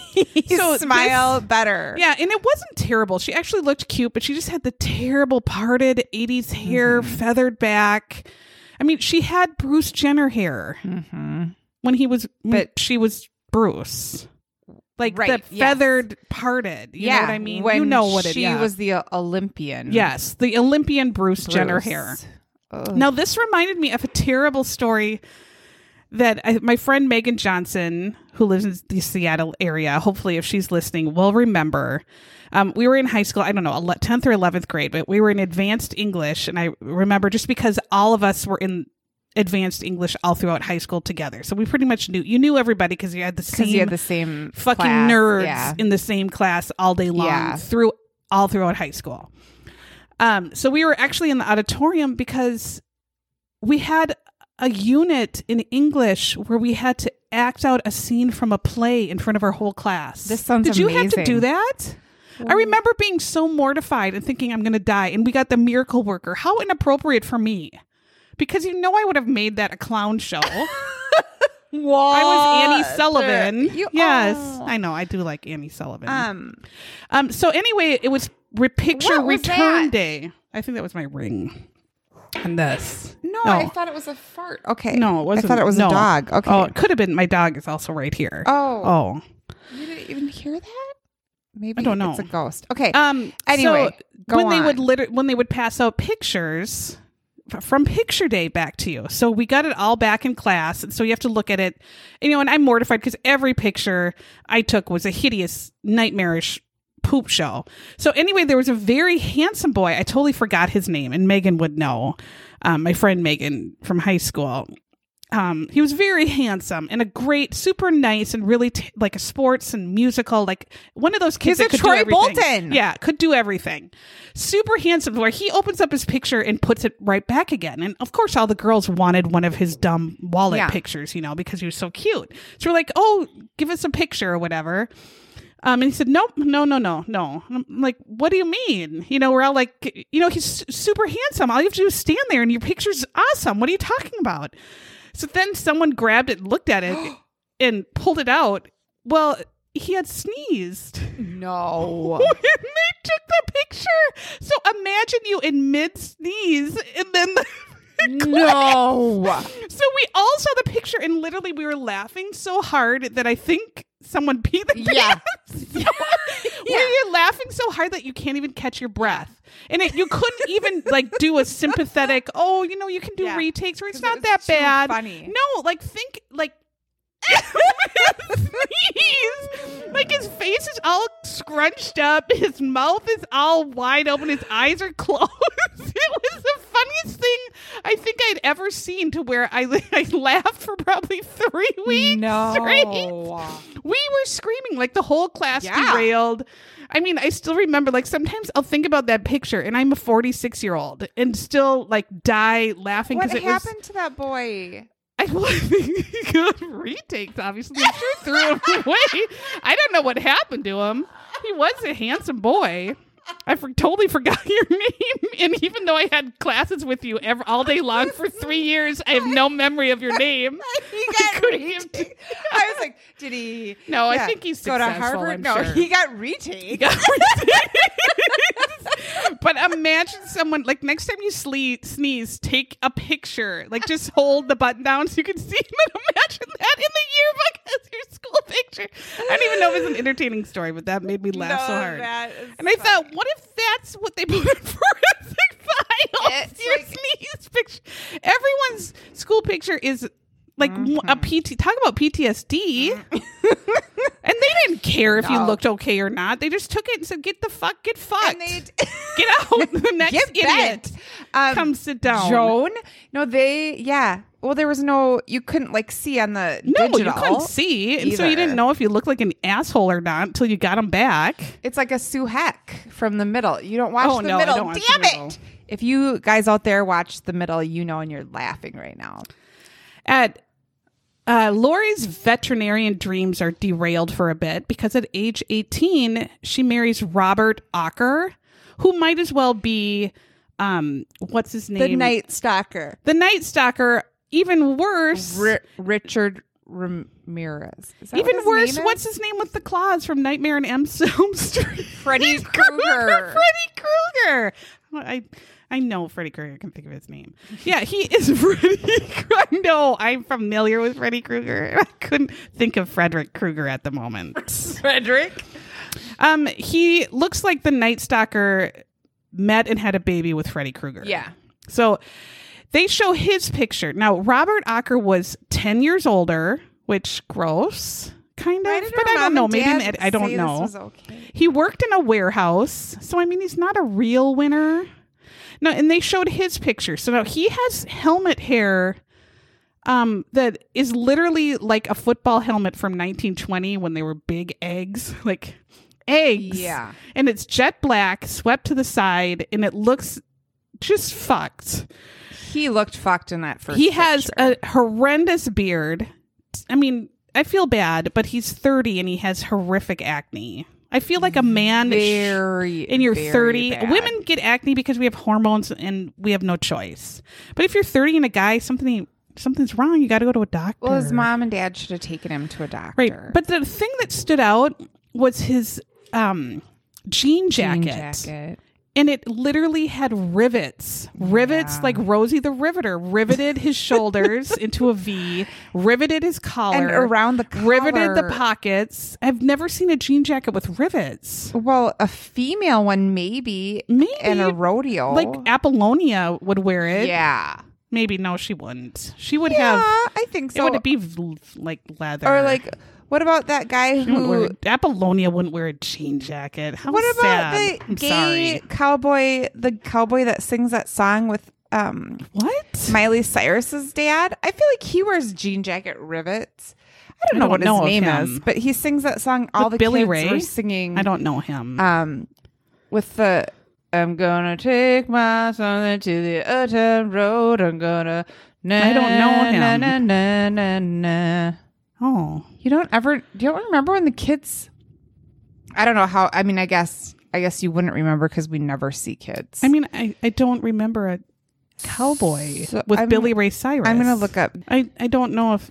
S1: So
S3: smile
S1: this-
S3: better?
S1: yeah, and it wasn't terrible. She actually looked cute, but she just had the terrible parted 80s hair,
S2: Mm-hmm.
S1: feathered back. I mean, she had Bruce Jenner hair
S2: Mm-hmm.
S1: when he was, but she was Bruce. Like
S3: Right,
S1: the
S3: yes.
S1: feathered parted. You know what I mean?
S2: When
S1: you know what it
S2: she
S1: yeah.
S2: was the Olympian.
S1: Yes, the Olympian Bruce,
S2: Bruce.
S1: Jenner hair.
S2: Ugh.
S1: Now, this reminded me of a terrible story that I, my friend Megan Johnson, who lives in the Seattle area, hopefully, if she's listening, will remember. Um, we were in high school, I don't know, ele- 10th or 11th grade, but we were in advanced English. And I remember just because all of us were in advanced English all throughout high school together. So we pretty much knew, you knew everybody because you had the same
S2: because you had the same
S1: fucking
S2: class.
S1: nerds
S2: Yeah.
S1: in the same class all day long
S2: Yeah.
S1: through all throughout high school. Um, so we were actually in the auditorium because we had a unit in English where we had to act out a scene from a play in front of our whole class.
S2: This sounds
S1: Did you have to
S2: amazing.
S1: do that? I remember being so mortified and thinking I'm going to die. And we got the miracle worker. How inappropriate for me. Because you know I would have made that a clown show.
S3: What?
S1: I was Annie Sullivan.
S3: You
S1: yes,
S3: are.
S1: I know. I do like Annie Sullivan. Um.
S3: Um,
S1: So anyway, it was re- picture
S3: What was
S1: return
S3: that?
S1: day. I think that was my ring. And this.
S2: No,
S1: No.
S2: I thought it was a fart. Okay.
S1: No, it wasn't.
S2: I thought it was
S1: No.
S2: a dog. Okay.
S1: Oh, it could have been. My dog is also right here.
S2: Oh.
S1: Oh.
S2: You didn't even hear that? Maybe
S1: I don't know.
S2: it's a ghost. Okay.
S1: Um.
S2: Anyway,
S1: so
S2: go
S1: when they
S2: on.
S1: would liter- when they would pass out pictures f- from picture day back to you, so we got it all back in class, and so you have to look at it, you know. And I'm mortified because every picture I took was a hideous, nightmarish poop show. So anyway, there was a very handsome boy. I totally forgot his name, and Megan would know. Um, my friend Megan from high school. Um, he was very handsome and a great, super nice, and really t- like a sports and musical, like one of those kids.
S2: He's
S1: that
S2: a
S1: could do
S2: Troy
S1: everything.
S2: Bolton.
S1: Yeah, could do everything. Super handsome. Where he opens up his picture and puts it right back again, and of course, all the girls wanted one of his dumb wallet
S2: Yeah.
S1: pictures, you know, because he was so cute. So we're like, "Oh, give us a picture or whatever." Um, and he said, "Nope, no, no, no, no." And I'm like, "What do you mean?" You know, we're all like, "You know, he's su- super handsome. All you have to do is stand there, and your picture's awesome. What are you talking about?" So then someone grabbed it, looked at it, and pulled it out. Well, he had sneezed.
S2: no.
S1: and they took the picture. So imagine you in mid sneeze, and then the.
S2: no.
S1: So we all saw the picture, and literally we were laughing so hard that I think someone peed the
S2: Yeah.
S1: pants. Yeah. You're laughing so hard that you can't even catch your breath, and it, you couldn't even like do a sympathetic. Oh, you know, you can do
S2: Yeah.
S1: retakes where it's
S2: 'Cause
S1: not
S2: it
S1: that
S2: was too
S1: bad.
S2: funny.
S1: No, like think like. Sneeze. Like his face is all scrunched up, his mouth is all wide open, his eyes are closed. It was the funniest thing I think I'd ever seen to where I, I laughed for probably three weeks straight.
S2: No.
S1: We were screaming like the whole class
S2: Yeah.
S1: derailed. I mean, I still remember like sometimes I'll think about that picture and I'm a 46 year old and still like die laughing
S2: What
S1: because it was
S2: happened to that boy?
S1: I wasn't good retakes, obviously. He sure threw him away. I don't know what happened to him. He was a handsome boy. I for- totally forgot your name. And even though I had classes with you ever- all day long for three years, I have no memory of your name.
S2: He
S1: I
S2: got
S1: couldn't even-
S2: retaked. I was like, did he?
S1: No, I think he's
S2: go to
S1: successful,
S2: Harvard.
S1: I'm
S2: no,
S1: sure.
S2: he got retaked.
S1: but imagine someone, like, next time you sle- sneeze, take a picture. Like, just hold the button down so you can see. But imagine that in the yearbook as your school picture. I don't even know if it's an entertaining story, but that made me laugh so
S2: No,
S1: hard.
S2: that is
S1: And I thought, what if that's what they put in forensic files?
S2: It's
S1: Your
S2: like-
S1: sneeze picture. Everyone's school picture is like
S2: Mm-hmm.
S1: a PT. Talk about PTSD. and they didn't care if you
S2: No.
S1: looked okay or not. They just took it and said, "Get the fuck, get fucked,
S2: And they
S1: get out." The next
S2: get
S1: idiot
S2: bent. Um,
S1: come sit down.
S2: Joan? No, they. Yeah. Well, there was no. You couldn't like see on the
S1: No,
S2: digital.
S1: you couldn't see, and so you
S2: either.
S1: didn't know if you looked like an asshole or not until you got them back.
S2: It's like a Sue Heck from the middle. You don't watch
S1: Oh,
S2: the
S1: no, I
S2: middle.
S1: don't watch The
S2: Damn
S1: Middle.
S2: it! If you guys out there watch the middle, you know, and you're laughing right now.
S1: At uh, Lori's veterinarian dreams are derailed for a bit because at age 18, she marries Robert Ocker, who might as well be um what's his name?
S3: The Night Stalker.
S1: The Night Stalker. Even worse.
S2: Ri- Richard Ramirez. Is that what
S1: even
S2: his
S1: worse,
S2: name is?
S1: what's his name with the claws from Nightmare on Elm Street?
S2: Freddy Krueger?
S1: Freddy Krueger. I I know Freddy Krueger. I can think of his name. Yeah, he is Freddy. Kr- I know. I'm familiar with Freddy Krueger. I couldn't think of Frederick Krueger at the moment.
S2: Frederick?
S1: Um, he looks like the Night Stalker met and had a baby with Freddy Krueger.
S2: Yeah.
S1: So they show his picture. Now Robert Ocker was 10 years older, which gross, kind
S2: Why
S1: of.
S2: did
S1: But
S2: her
S1: I don't
S2: mom
S1: know.
S2: and
S1: Maybe an
S2: dad
S1: ed- I don't
S2: say
S1: know.
S2: This was okay?
S1: He worked in a warehouse, so I mean he's not a real winner. No, and they showed his picture. So now he has helmet hair um that is literally like a football helmet from 1920 when they were big eggs, like eggs.
S2: Yeah.
S1: And it's jet black, swept to the side, and it looks just fucked.
S2: He looked fucked in that first
S1: he has
S2: picture.
S1: a horrendous beard. I mean, I feel bad, but he's 30 and he has horrific acne. I feel like a man sh-
S2: Mm-hmm. very
S1: and you're
S2: very
S1: 30
S2: bad.
S1: women get acne because we have hormones and we have no choice but if you're 30 and a guy something something's wrong you got to go to a doctor
S2: Well, his mom and dad should have taken him to a doctor.
S1: right but the thing that stood out was his um jean jacket,
S2: Jean jacket.
S1: and it literally had rivets rivets like rosie the riveter riveted his shoulders into a v riveted his collar
S2: And around the
S1: riveted the
S2: collar-
S1: pockets i've never seen a jean jacket with rivets
S2: Well, a female one maybe,
S1: Maybe.
S2: and a rodeo.
S1: like apollonia would wear it
S2: yeah,
S1: Maybe no, she wouldn't. She would
S2: yeah,
S1: have.
S2: I think
S1: it
S2: so.
S1: would be v- like leather
S2: or like, what about that guy
S1: She wouldn't
S2: who?
S1: wear- Apollonia wouldn't wear a jean jacket. How
S2: What about
S1: sad.
S2: the
S1: I'm
S2: gay
S1: sorry.
S2: cowboy? The cowboy that sings that song with um
S1: What?
S2: Miley Cyrus's dad. I feel like he wears jean jacket rivets. I don't
S1: I
S2: know
S1: don't
S2: what
S1: know of
S2: his name
S1: him.
S2: is, but he sings that song. All
S1: With
S2: the
S1: Billy
S2: kids
S1: Ray?
S2: were singing.
S1: I don't know him.
S2: um with the I'm gonna take my son to the autumn road. I'm gonna. Na,
S1: I don't know him.
S2: Na, na, na, na, na.
S1: oh,
S2: You don't ever. Do you don't remember when the kids? I don't know how. I mean, I guess. I guess you wouldn't remember because we never see kids.
S1: I mean, I, I don't remember a cowboy
S2: So
S1: with
S2: I'm-
S1: Billy Ray Cyrus.
S2: I'm gonna look up.
S1: I I don't know if.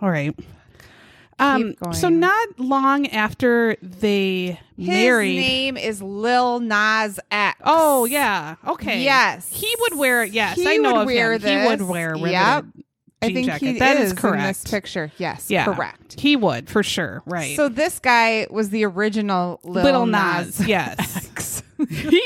S1: All right. Um.
S2: going.
S1: So not long after they married.
S2: His name is Lil Nas X.
S1: Oh yeah. Okay.
S2: Yes.
S1: He would wear. Yes,
S2: He
S1: I know
S2: would
S1: of
S2: wear
S1: him. He would
S2: this.
S1: wear. Riveted
S2: Yep. I
S1: jean
S2: think
S1: jacket.
S2: he
S1: That
S2: is
S1: is
S2: in this
S1: correct.
S2: picture. Yes,
S1: Yeah.
S2: correct.
S1: He would for sure. Right.
S2: So this guy was the original Lil,
S1: Little
S2: Nas.
S1: Nas, yes, he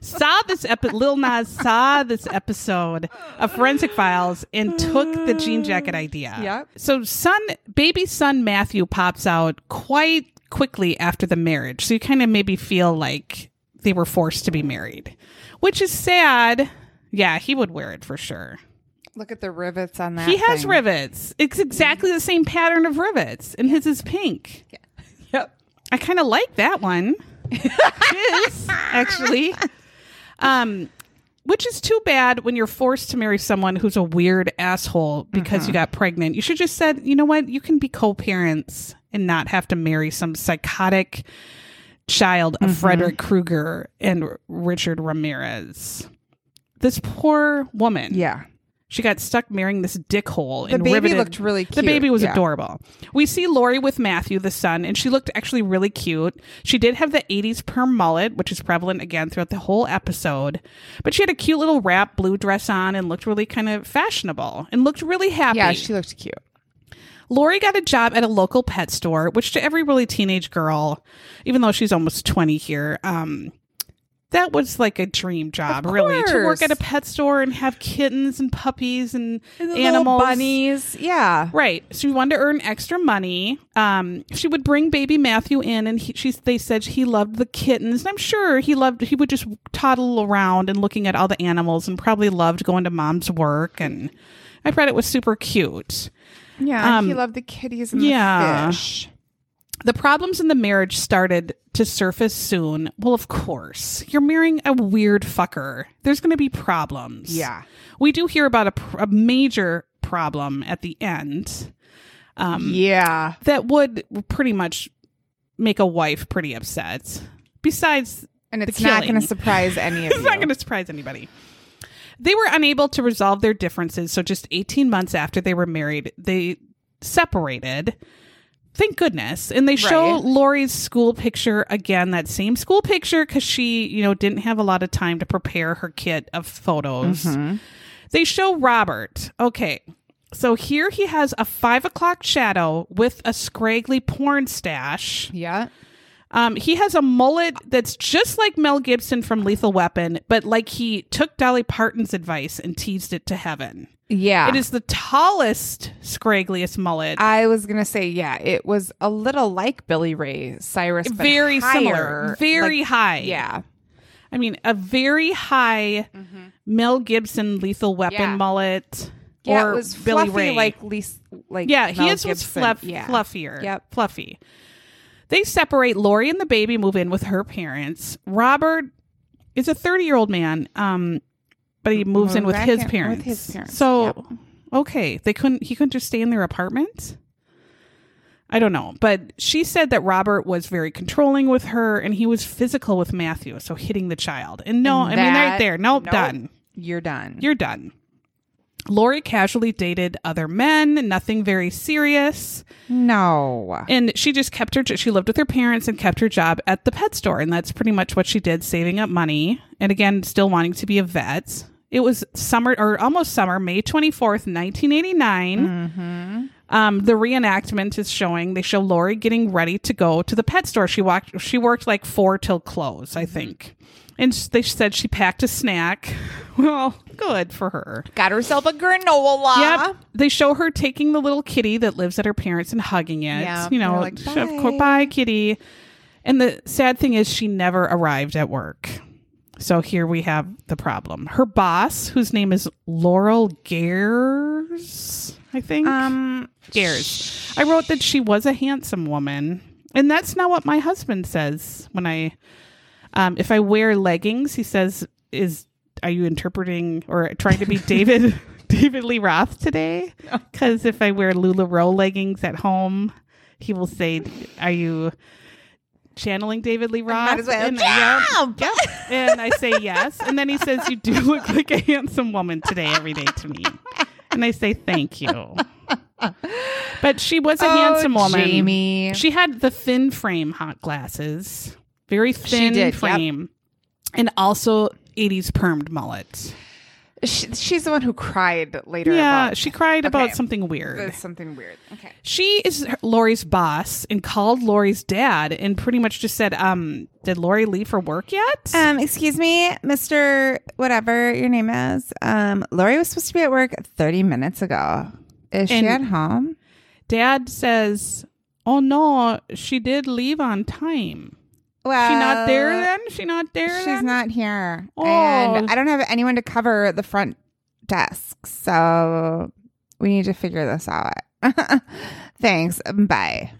S1: saw this epi- Lil Nas saw this episode of Forensic Files and took the jean jacket idea.
S2: Yep.
S1: So son, baby son Matthew pops out quite quickly after the marriage. So you kind of maybe feel like they were forced to be married, which is sad. Yeah, he would wear it for sure.
S2: Look at the rivets on that.
S1: He has
S2: thing.
S1: rivets. It's exactly the same pattern of rivets, and his is pink.
S2: Yep.
S1: I kind of like that one. It is, actually. Um, which is too bad when you're forced to marry someone who's a weird asshole because
S2: Uh-huh.
S1: you got pregnant. You should just said, you know what? You can be co-parents and not have to marry some psychotic child
S2: Mm-hmm.
S1: of Frederick Krueger and R- Richard Ramirez. This poor woman.
S2: Yeah.
S1: She got stuck marrying this dickhole.
S2: The
S1: and
S2: baby
S1: riveted-
S2: looked really cute.
S1: The baby was
S2: Yeah.
S1: adorable. We see Lori with Matthew, the son, and she looked actually really cute. She did have the 80s perm mullet, which is prevalent again throughout the whole episode. But she had a cute little wrap blue dress on and looked really kind of fashionable and looked really happy.
S2: Yeah, she looked cute.
S1: Lori got a job at a local pet store, which to every really teenage girl, even though she's almost 20 here, um, that was like a dream job, really, to work
S2: course.
S1: at a pet store and have kittens and puppies and, animals.
S2: bunnies. Yeah.
S1: Right. She wanted to earn extra money. Um, she would bring baby Matthew in, and he, she, they said he loved the kittens. And I'm sure he loved. He would just toddle around and looking at all the animals, and probably loved going to mom's work. And I thought it was super cute.
S2: Yeah.
S1: Um,
S2: he loved the kitties and
S1: yeah.
S2: the fish.
S1: The problems in the marriage started to surface soon. Well, of course, you're marrying a weird fucker. There's going to be problems.
S2: Yeah.
S1: We do hear about a, pr- a major problem at the end. Um,
S2: yeah.
S1: that would pretty much make a wife pretty upset. Besides
S2: And it's
S1: the
S2: not
S1: killing.
S2: going to surprise any of you.
S1: It's not going to surprise anybody. They were unable to resolve their differences, so just 18 months after they were married, they separated. Thank goodness. And they show
S2: Right.
S1: Lori's school picture again, that same school picture, because she, you know, didn't have a lot of time to prepare her kit of photos.
S2: Mm-hmm.
S1: They show Robert. Okay. So here he has a five o'clock shadow with a scraggly porn stash.
S2: yeah.
S1: Um, he has a mullet that's just like Mel Gibson from Lethal Weapon, but like he took Dolly Parton's advice and teased it to heaven.
S2: Yeah.
S1: It is the tallest, scraggliest mullet.
S2: I was going to say, yeah, it was a little like Billy Ray Cyrus. but
S1: very
S2: higher.
S1: similar, very
S2: Like,
S1: high.
S2: Yeah. Mm-hmm.
S1: I mean, a very high Mel Gibson Lethal Weapon
S2: Yeah.
S1: mullet.
S2: Yeah,
S1: or
S2: it was
S1: Billy
S2: fluffy,
S1: Ray.
S2: like Lisa, like
S1: Yeah, he
S2: Mel
S1: is was
S2: Gibson.
S1: fluff,
S2: Yeah.
S1: fluffier.
S2: Yep.
S1: Fluffy. They separate. Lori and the baby move in with her parents. Robert is a 30 year old man, um, but he moves in
S2: Moved
S1: with
S2: back
S1: his,
S2: in with
S1: parents.
S2: his parents,
S1: So,
S2: yep.
S1: okay. They couldn't, he couldn't just stay in their apartment. I don't know. But she said that Robert was very controlling with her and he was physical with Matthew. So hitting the child. And no, Oh, I mean, right
S2: That-
S1: there. Nope,
S2: nope.
S1: done.
S2: You're done.
S1: You're done. Lori casually dated other men, nothing very serious.
S2: no.
S1: And she just kept her, she lived with her parents and kept her job at the pet store. And that's pretty much what she did, saving up money. And again, still wanting to be a vet. It was summer or almost summer, May 24th, 1989. Um, the reenactment is showing. They show Lori getting ready to go to the pet store. She walked. She worked like four till close, I think. And s- they said she packed a snack. Well, good for her.
S2: Got herself a granola.
S1: Yep. They show her taking the little kitty that lives at her parents and hugging it.
S2: Yeah.
S1: You know,
S2: They're like,
S1: she- of course,
S2: "Bye."
S1: bye, kitty. And the sad thing is, she never arrived at work. So here we have the problem. Her boss, whose name is Laurel Gares, I think.
S2: Um,
S1: Gares. I wrote that she was a handsome woman. And that's not what my husband says when I, um, if I wear leggings, he says, is, are you interpreting or trying to be David, David Lee Roth today? Because if I wear LuLaRoe leggings at home, he will say, are you channeling David Lee Roth?
S2: as well
S1: And-
S2: Oh,
S1: yep, yep. And I say yes. And then he says, you do look like a handsome woman today, every day to me. And I say, thank you. But she was a
S2: Oh,
S1: handsome woman.
S2: Jamie.
S1: She had the thin frame hot glasses, very thin
S2: did, yep.
S1: frame, and also 80s permed mullet.
S2: She, she's the one who cried later.
S1: Yeah,
S2: about
S1: she cried about
S2: Okay.
S1: something weird.
S2: That's something weird. Okay.
S1: She is her- Lori's boss and called Lori's dad and pretty much just said, um, did Lori leave for work yet?
S2: Um, excuse me, Mr. Whatever your name is. Um, Lori was supposed to be at work 30 minutes ago. Is
S1: And-
S2: she at home?
S1: dad says, oh no, she did leave on time.
S2: Well,
S1: She not there then? She not there
S2: Uh, She's
S1: then?
S2: not here.
S1: Oh.
S2: And I don't have anyone to cover the front desk. So we need to figure this out. Thanks. Bye.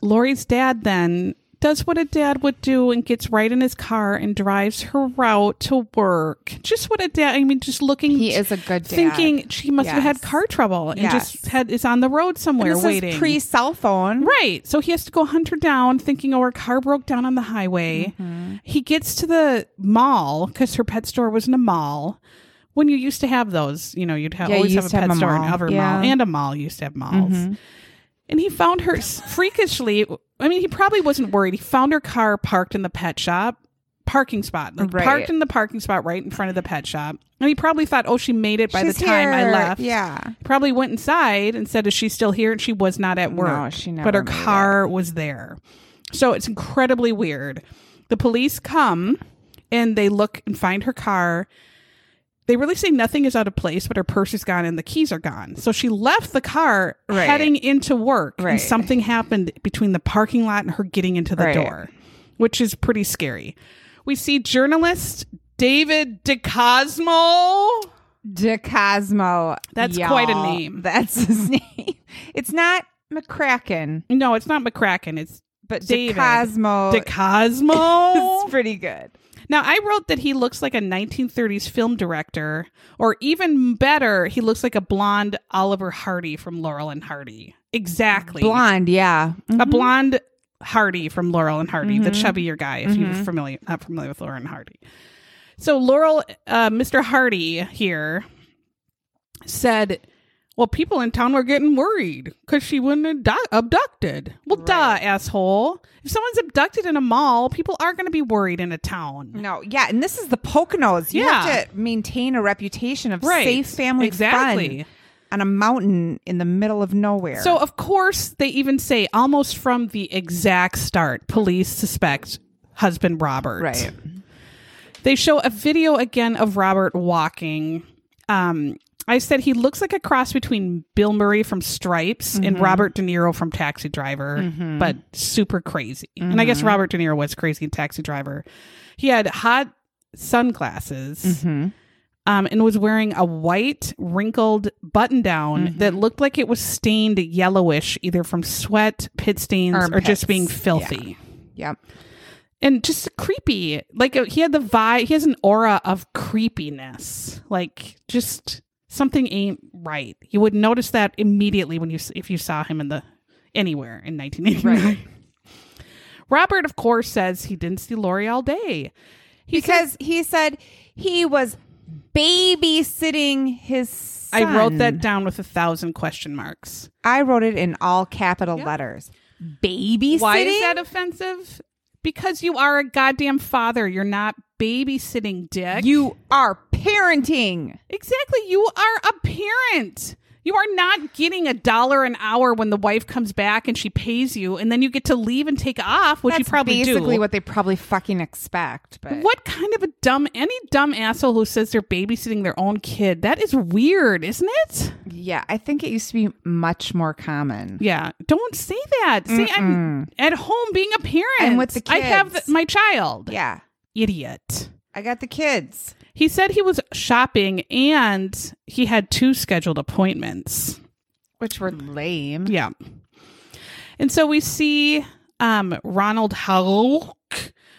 S1: Lori's dad then does what a dad would do and gets right in his car and drives her route to work. Just what a dad, I mean, just looking.
S2: He is a good dad.
S1: Thinking she must have had
S2: Yes.
S1: car trouble and just
S2: Yes.
S1: had is on the road somewhere
S2: this
S1: waiting.
S2: is pre cell phone.
S1: Right. So he has to go hunt her down, thinking, oh, her car broke down on the highway.
S2: Mm-hmm.
S1: He gets to the mall because her pet store was in a mall. When you used to have those, you know, you'd have
S2: Yeah, you
S1: always have a
S2: used to
S1: pet
S2: have a
S1: store and
S2: mall.
S1: other
S2: Yeah. Mm-hmm.
S1: mall and a mall used to have malls. And he found her s- freakishly. I mean, he probably wasn't worried. He found her car parked in the pet shop parking spot, like
S2: Right.
S1: parked in the parking spot right in front of the pet shop. And he probably thought, oh, she made it by
S2: She's
S1: the time I
S2: here.
S1: left
S2: Yeah.
S1: probably went inside and said, "Is she still here?" And she was not at work.
S2: she
S1: But
S2: never
S1: her
S2: made it.
S1: car was there, so it's incredibly weird. The police come and they look and find her car. They really say nothing is out of place, but her purse is gone and the keys are gone. So she left the car
S2: Right.
S1: heading into work,
S2: Right.
S1: and something happened between the parking lot and her getting into the
S2: Right.
S1: door, which is pretty scary. We see journalist David DeCosmo.
S2: DeCosmo.
S1: That's
S2: y'all.
S1: quite a name.
S2: That's his name. It's not McCracken,
S1: No, it's not McCracken. It's
S2: but
S1: David
S2: DeCosmo
S1: DeCosmo.
S2: is pretty good.
S1: now, I wrote that he looks like a 1930s film director, or even better, he looks like a blonde Oliver Hardy from Laurel and Hardy. Exactly.
S2: Blonde, yeah.
S1: A blonde Hardy from Laurel and Hardy,
S2: Mm-hmm.
S1: the chubbier guy, if you're familiar not familiar with Laurel and Hardy. So Laurel, uh, Mr. Hardy here said, "Well, people in town were getting worried because she wasn't adu- abducted." Well, duh, asshole. If someone's abducted in a mall, people are going to be worried in a town.
S2: No, yeah, and this is the Poconos. You
S1: Yeah.
S2: have to maintain a reputation of
S1: Right.
S2: safe family
S1: Exactly.
S2: fun on a mountain in the middle of nowhere.
S1: So, of course, they even say almost from the exact start police suspect husband Robert.
S2: right,
S1: They show a video again of Robert walking. Um, I said he looks like a cross between Bill Murray from Stripes
S2: Mm-hmm.
S1: and Robert De Niro from Taxi Driver, but super crazy. And I guess
S2: Mm-hmm.
S1: Robert De Niro was crazy in Taxi Driver. He had hot sunglasses
S2: Mm-hmm.
S1: um, and was wearing a white wrinkled button down
S2: Mm-hmm.
S1: that looked like it was stained yellowish, either from sweat, pit stains, or,
S2: Armpits.
S1: just being
S2: Yeah.
S1: filthy
S2: yep,
S1: and just creepy. Like uh, he had the vibe, he has an aura of creepiness. Like just something ain't right. You would notice that immediately when you s- if you saw him in the anywhere in 1989. Robert, of course, says he didn't see Lori all day. He says-
S2: because he said he was babysitting his. Son.
S1: I wrote that down with a thousand question marks.
S2: I wrote it in all capital letters. Babysitting.
S1: Why is that offensive? Because you are a goddamn father. You're not babysitting, dick.
S2: you are parenting.
S1: Exactly. You are a parent. You are not getting a dollar an hour when the wife comes back and she pays you, and then you get to leave and take off, which
S2: That's
S1: you probably
S2: basically
S1: do.
S2: what they probably fucking expect. But
S1: what kind of a dumb, any dumb asshole who says they're babysitting their own kid, that is weird, isn't it?
S2: yeah, I think it used to be much more common.
S1: Yeah. Don't say that. Say I'm at home being a parent.
S2: I'm with the
S1: I have
S2: kids.
S1: th- my child.
S2: yeah,
S1: Idiot.
S2: I got the kids.
S1: He said he was shopping and he had two scheduled appointments.
S2: which were lame.
S1: Yeah. And so we see um Ronald Hauk,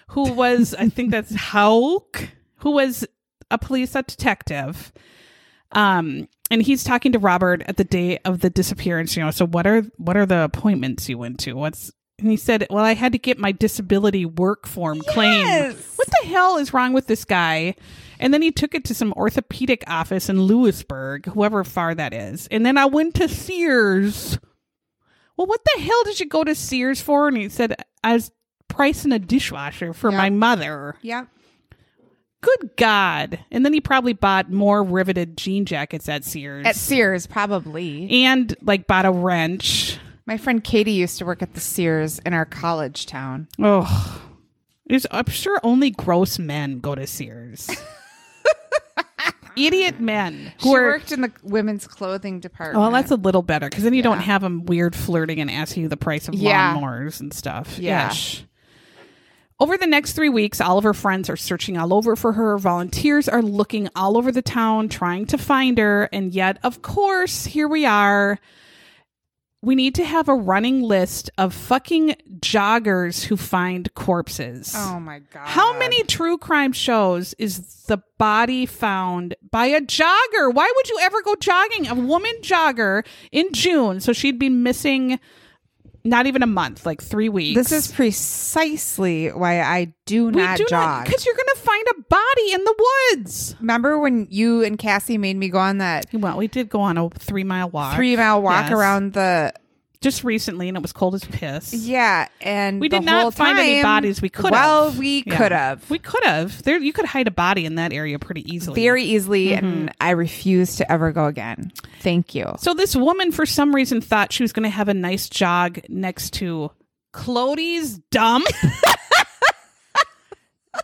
S1: who was I think that's Hauk, who was a police detective. Um and he's talking to Robert at the day of the disappearance, you know, so what are what are the appointments you went to? What's and he said, "Well, I had to get my disability work form claim."
S2: Yes!
S1: What the hell is wrong with this guy? And then he took it to some orthopedic office in Lewisburg, whoever far that is. And then I went to Sears. Well, what the hell did you go to Sears for? And he said, I was pricing a dishwasher for my mother.
S2: Yep.
S1: Good God. And then he probably bought more riveted jean jackets at Sears.
S2: At Sears, probably.
S1: and like bought a wrench.
S2: My friend Katie used to work at the Sears in our college town.
S1: Oh. There's, I'm sure only gross men go to Sears. Idiot men who
S2: she
S1: are
S2: worked in the women's clothing department.
S1: Well, Oh, that's a little better because then you don't have them weird flirting and asking you the price of
S2: Yeah.
S1: lawnmowers and stuff.
S2: Yeah.
S1: Ish. Over the next three weeks, all of her friends are searching all over for her. Volunteers are looking all over the town trying to find her. And yet, of course, here we are. We need to have a running list of fucking joggers who find corpses.
S2: oh my god.
S1: How many true crime shows is the body found by a jogger? Why would you ever go jogging? A woman jogger in June, so she'd be missing not even a month, like three weeks.
S2: This is precisely why I do
S1: we
S2: not
S1: do
S2: jog.
S1: because you're gonna find a body in the woods.
S2: Remember when you and Cassie made me go on that
S1: Well, we did go on a three mile walk,
S2: three mile walk
S1: Yes.
S2: around the
S1: just recently, and it was cold as piss.
S2: yeah, and
S1: We
S2: the
S1: did not
S2: whole
S1: find any
S2: time-
S1: bodies. We could
S2: Well,
S1: have.
S2: we
S1: Yeah.
S2: could have.
S1: We could have. There, you could hide a body in that area pretty easily.
S2: very easily, and I refuse to ever go again. Thank you.
S1: Mm-hmm. So this woman, for some reason, thought she was going to have a nice jog next to Clody's dump.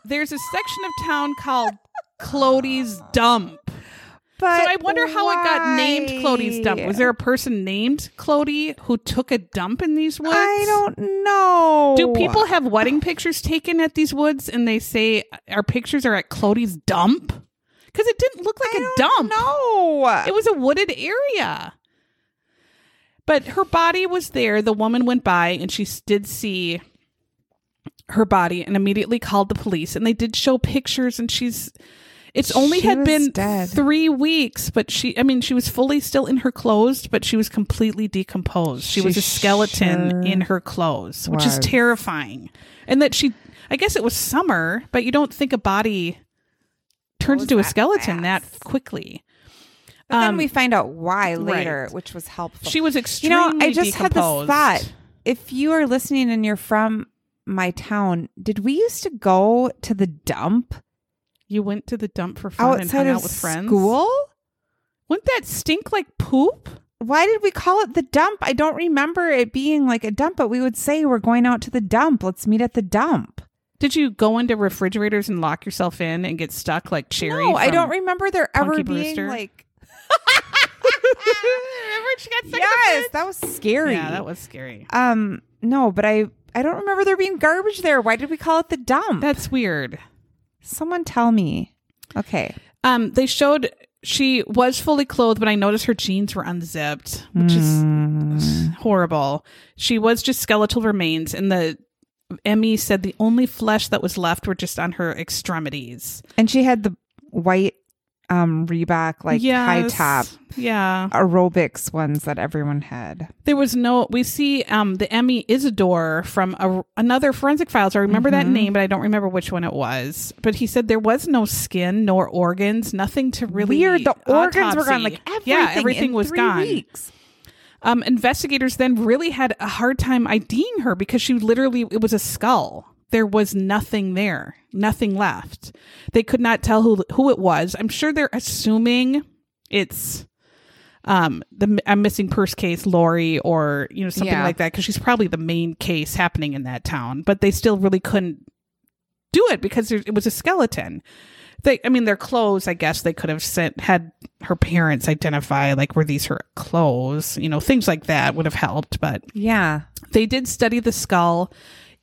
S1: There's a section of town called Clody's dump.
S2: But
S1: So I wonder how it got named Clody's dump.
S2: why?
S1: Was there a person named Clody who took a dump in these woods?
S2: I don't know.
S1: Do people have wedding pictures taken at these woods and they say our pictures are at Clody's dump? Because it didn't look like a dump.
S2: No.
S1: It was a wooded area. But her body was there. The woman went by and she s- did see her body and immediately called the police. And they did show pictures and she's It's only
S2: She
S1: had
S2: was
S1: been
S2: dead.
S1: three weeks, but she, I mean, she was fully still in her clothes, but she was completely decomposed. She,
S2: She
S1: was a skeleton
S2: sure
S1: in her clothes, which is
S2: was.
S1: terrifying. And that she, I guess it was summer, but you don't think a body turns into a
S2: that
S1: skeleton
S2: fast.
S1: that quickly.
S2: But then
S1: Um,
S2: we find out why later,
S1: right.
S2: which was helpful.
S1: She was
S2: you
S1: extremely
S2: know, I just had this
S1: decomposed.
S2: thought. If you are listening and you're from my town, did we used to go to the dump
S1: You went to the dump for fun and
S2: outside
S1: hung
S2: of
S1: out with friends.
S2: school?
S1: Wouldn't that stink like poop?
S2: Why did we call it the dump? I don't remember it being like a dump, but we would say we're going out to the dump. Let's meet at the dump.
S1: Did you go into refrigerators and lock yourself in and get stuck like Cherry?
S2: No, I
S1: from-
S2: don't remember there ever
S1: Punky
S2: being
S1: Brewster?
S2: like.
S1: Remember when she got stuck in the
S2: yes, that was scary.
S1: Yeah, that was scary.
S2: Um, no, but I I don't remember there being garbage there. Why did we call it the dump?
S1: That's weird.
S2: Someone tell me. Okay.
S1: Um, they showed she was fully clothed, but I noticed her jeans were unzipped, which
S2: Hmm.
S1: is horrible. She was just skeletal remains, and the Emmy said the only flesh that was left were just on her extremities.
S2: And she had the white um Reebok like high
S1: Yes.
S2: top
S1: Yeah.
S2: aerobics ones that everyone had.
S1: There was no. We see um, the Emmy Isidore from a, another Forensic Files. I remember
S2: Mm-hmm.
S1: that name, but I don't remember which one it was. But he said there was no skin nor organs, nothing to really
S2: Weird. The organs were gone.
S1: autopsy.
S2: Like everything.
S1: yeah, everything
S2: in
S1: was
S2: three
S1: gone.
S2: Weeks.
S1: Um, investigators then really had a hard time IDing her because she literally it was a skull. There was nothing there, nothing left. They could not tell who who it was. I'm sure they're assuming it's um the a missing purse case, Lori, or you know something
S2: Yeah.
S1: like that, because she's probably the main case happening in that town. But they still really couldn't do it because there, it was a skeleton. They, I mean, their clothes. I guess they could have sent had her parents identify like were these her clothes, you know, things like that would have helped. But
S2: Yeah.
S1: they did study the skull.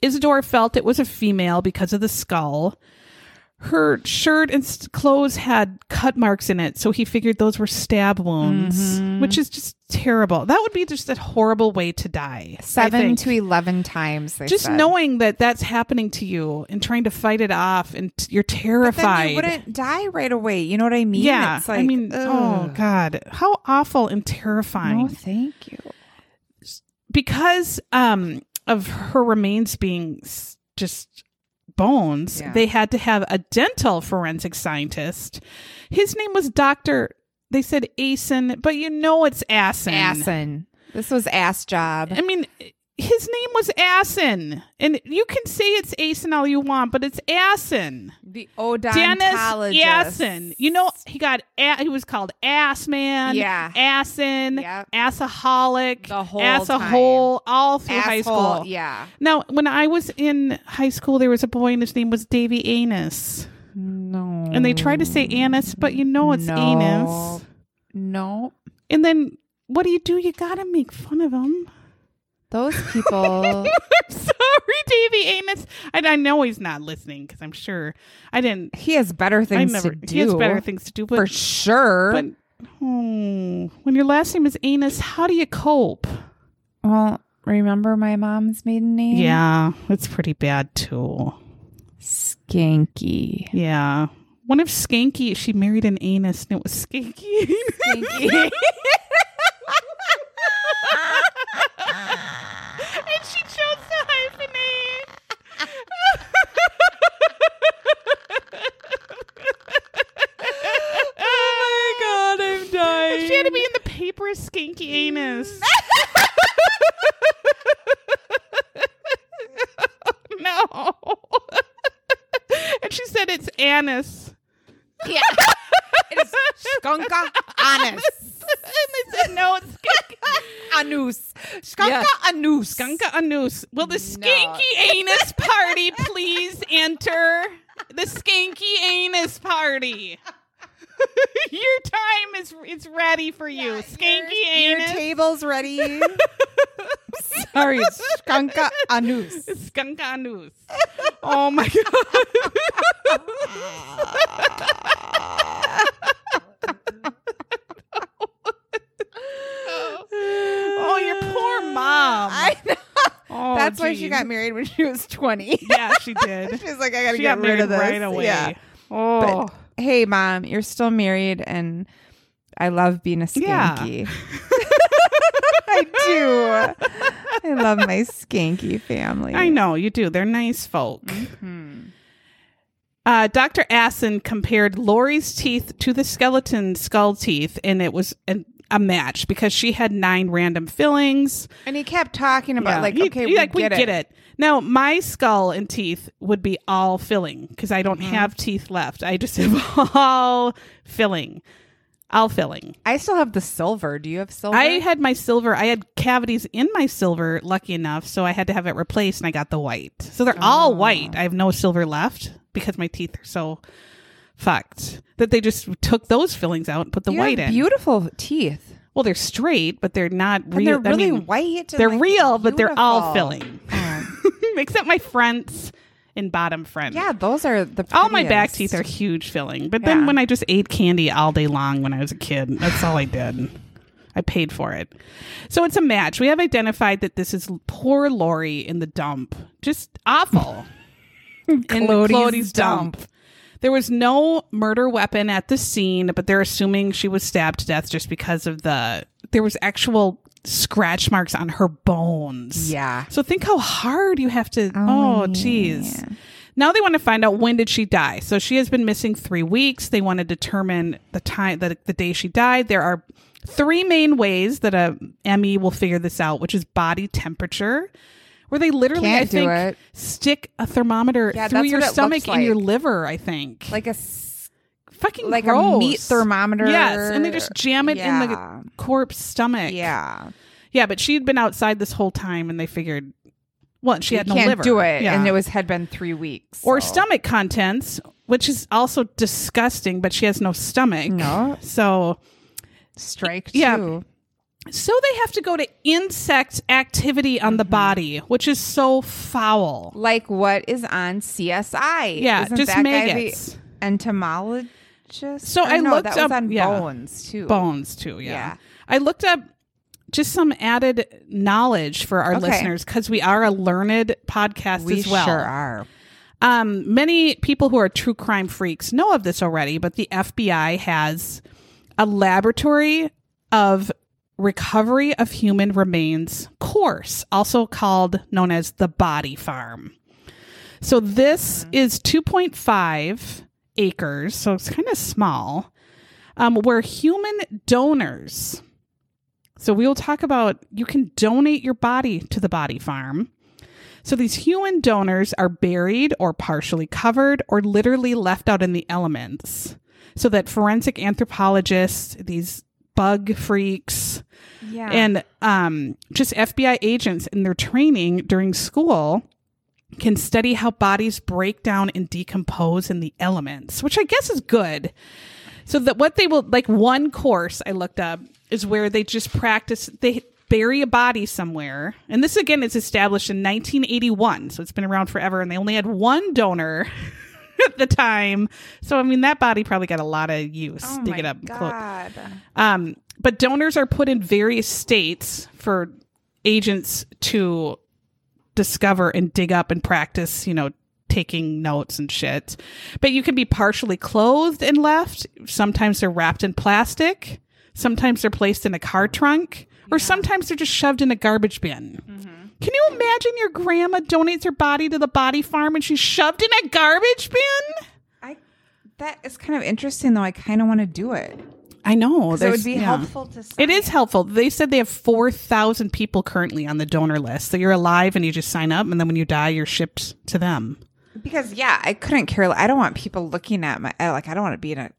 S1: Isidore felt it was a female because of the skull. Her shirt and s- clothes had cut marks in it, so he figured those were stab wounds,
S2: Mm-hmm.
S1: which is just terrible. That would be just a horrible way to die. I
S2: Seven
S1: think
S2: to eleven times. They
S1: just
S2: said.
S1: knowing that that's happening to you and trying to fight it off and t- you're
S2: But
S1: terrified
S2: then you wouldn't die right away. You know what I mean?
S1: yeah
S2: It's like,
S1: i mean oh
S2: ugh.
S1: god how awful and
S2: No,
S1: terrifying
S2: thank you.
S1: because um of her remains being s- just bones
S2: Yeah.
S1: they had to have a dental forensic scientist his name was dr they said asin but you know it's asin
S2: Asin. This was ass job.
S1: i mean his name was asin and you can say it's asin all you want but it's asin
S2: The
S1: Dennis
S2: odontologist.
S1: Assen. You know, he got a- he was called ass man.
S2: Yeah.
S1: Assen.
S2: Yep.
S1: Assaholic.
S2: The whole
S1: Assahole. All through high
S2: Asshole,
S1: school.
S2: Yeah.
S1: Now, when I was in high school, there was a boy and his name was Davy Anus.
S2: No.
S1: And they tried to say anus, but you know it's anus.
S2: No.
S1: And then what do you do? You gotta make fun of him.
S2: Those people.
S1: I'm sorry, Davy Anus. And I know he's not listening because I'm sure I didn't.
S2: he has better things
S1: I never.
S2: to do.
S1: He has better things to do, but
S2: for sure.
S1: But hmm, when your last name is Anus, how do you cope?
S2: well, remember my mom's maiden name?
S1: Yeah, it's pretty bad too. Oh
S2: Skanky.
S1: Yeah. One of Skanky, she married an anus and it was Skanky.
S2: Skanky.
S1: and she chose to hyphenate.
S2: oh my god, I'm dying.
S1: She had to be in the paper as Skanky Anus. no. and she said it's anus.
S2: yeah. It's skunka
S1: And
S2: anus.
S1: they said no, it's skanky.
S2: Anus. Skunka anus.
S1: Gunka anus. Will the skanky
S2: No.
S1: anus party please enter? The skanky anus party. Your time is it's ready for you. skanky
S2: your,
S1: anus.
S2: Your table's ready. I'm Sorry, it's skunka anus.
S1: Skunk anus. Oh my god. oh, your poor mom.
S2: I know.
S1: Oh,
S2: That's why she
S1: geez.
S2: got married when she was 20.
S1: Yeah, she did.
S2: She's like, I gotta
S1: she
S2: get
S1: got
S2: rid
S1: married
S2: of this.
S1: right away.
S2: Yeah.
S1: Oh.
S2: hey, mom, you're still married and I love being a skanky. I do. I love my skanky family.
S1: I know you do. They're nice folk.
S2: Mm-hmm.
S1: Uh, Dr. Assen compared Lori's teeth to the skeleton skull teeth, and it was an, a match because she had nine random fillings.
S2: And he kept talking about,
S1: Yeah.
S2: like,
S1: He-
S2: okay,
S1: he
S2: we,
S1: like,
S2: get, it.
S1: Now, my skull and teeth would be all filling because I
S2: Mm-hmm.
S1: don't have teeth left. I just have all filling. All filling.
S2: I still have the silver. Do you have silver?
S1: I had my silver. I had cavities in my silver, lucky enough, so I had to have it replaced, and I got the white. So they're
S2: Ah.
S1: all white. I have no silver left because my teeth are so fucked that they just took those fillings out and put the
S2: You
S1: white
S2: have
S1: in.
S2: beautiful teeth.
S1: well, they're straight, but they're not
S2: And
S1: real.
S2: they're really
S1: I mean,
S2: white. and,
S1: They're
S2: like,
S1: real, but they're all
S2: beautiful. Oh.
S1: filling, except my fronts and bottom front.
S2: Yeah, those are the
S1: All my back
S2: prettiest.
S1: teeth are huge filling, but then
S2: Yeah.
S1: when I just ate candy all day long when I was a kid, that's all I did. I paid for it. So it's a match. We have identified that this is poor Lori in the dump. Just awful. in
S2: Clody's dump.
S1: There was no murder weapon at the scene, but they're assuming she was stabbed to death just because of the there was actual scratch marks on her bones.
S2: Yeah.
S1: So think how hard you have to. Oh, jeez. Now they want to find out when did she die. So she has been missing three weeks. They want to determine the time, the, the day she died. There are three main ways that a ME will figure this out, which is body temperature, where they literally,
S2: Can't
S1: I
S2: do
S1: think,
S2: it.
S1: stick a thermometer
S2: Yeah,
S1: through
S2: that's
S1: your
S2: what it
S1: stomach
S2: looks
S1: and your
S2: like.
S1: liver. I think,
S2: like a s-
S1: fucking
S2: like a
S1: gross.
S2: meat thermometer.
S1: Yes, and they just jam it in
S2: Yeah.
S1: the corpse stomach.
S2: Yeah,
S1: yeah. But she had been outside this whole time, and they figured, well, she
S2: you
S1: had no
S2: can't
S1: liver.
S2: do it,
S1: Yeah.
S2: and it was had been three weeks
S1: or
S2: so.
S1: stomach contents, which is also disgusting, but she has no stomach.
S2: No.
S1: So
S2: strike.
S1: Yeah.
S2: two.
S1: so they have to go to insect activity on the
S2: Mm-hmm.
S1: body, which is so foul.
S2: like what is on CSI?
S1: Yeah,
S2: Isn't
S1: just
S2: that guy
S1: maggots.
S2: the entomologist.
S1: So
S2: Or
S1: I
S2: no,
S1: looked
S2: that
S1: up-
S2: was on
S1: yeah.
S2: bones too.
S1: Bones too, yeah.
S2: Yeah.
S1: I looked up just some added knowledge for our
S2: Okay.
S1: listeners because we are a learned podcast
S2: We
S1: as well.
S2: sure are.
S1: Um, many people who are true crime freaks know of this already, but the FBI has a laboratory of recovery of human remains course, also called known as the body farm. So this is 2.5 acres, so it's kind of small, um, where human donors. So we will talk about you can donate your body to the body farm. So these human donors are buried or partially covered or literally left out in the elements so that forensic anthropologists, these bug freaks,
S2: Yeah,
S1: and um, just FBI agents in their training during school can study how bodies break down and decompose in the elements, which I guess is good. So that what they will like one course I looked up is where they just practice they bury a body somewhere. And this again is established in 1981, so it's been around forever and they only had one donor at the time. So I mean that body probably got a lot of use.
S2: oh
S1: Dig
S2: my
S1: it up close.
S2: God.
S1: Um, but donors are put in various states for agents to discover and dig up and practice, you know, taking notes and shit. But you can be partially clothed and left. Sometimes they're wrapped in plastic. Sometimes they're placed in a car trunk. Or sometimes they're just shoved in a garbage bin. Can you imagine your grandma donates her body to the body farm and she's shoved in a garbage bin?
S2: I that is kind of interesting though. I kind of want to do it.
S1: I know.
S2: So it
S1: there's-
S2: would be
S1: yeah.
S2: helpful to. Science.
S1: It is helpful. They said they have 4,000 people currently on the donor list. So you're alive and you just sign up, and then when you die, you're shipped to them.
S2: because yeah, I couldn't care. I don't want people looking at my I- like. I don't want to be in a.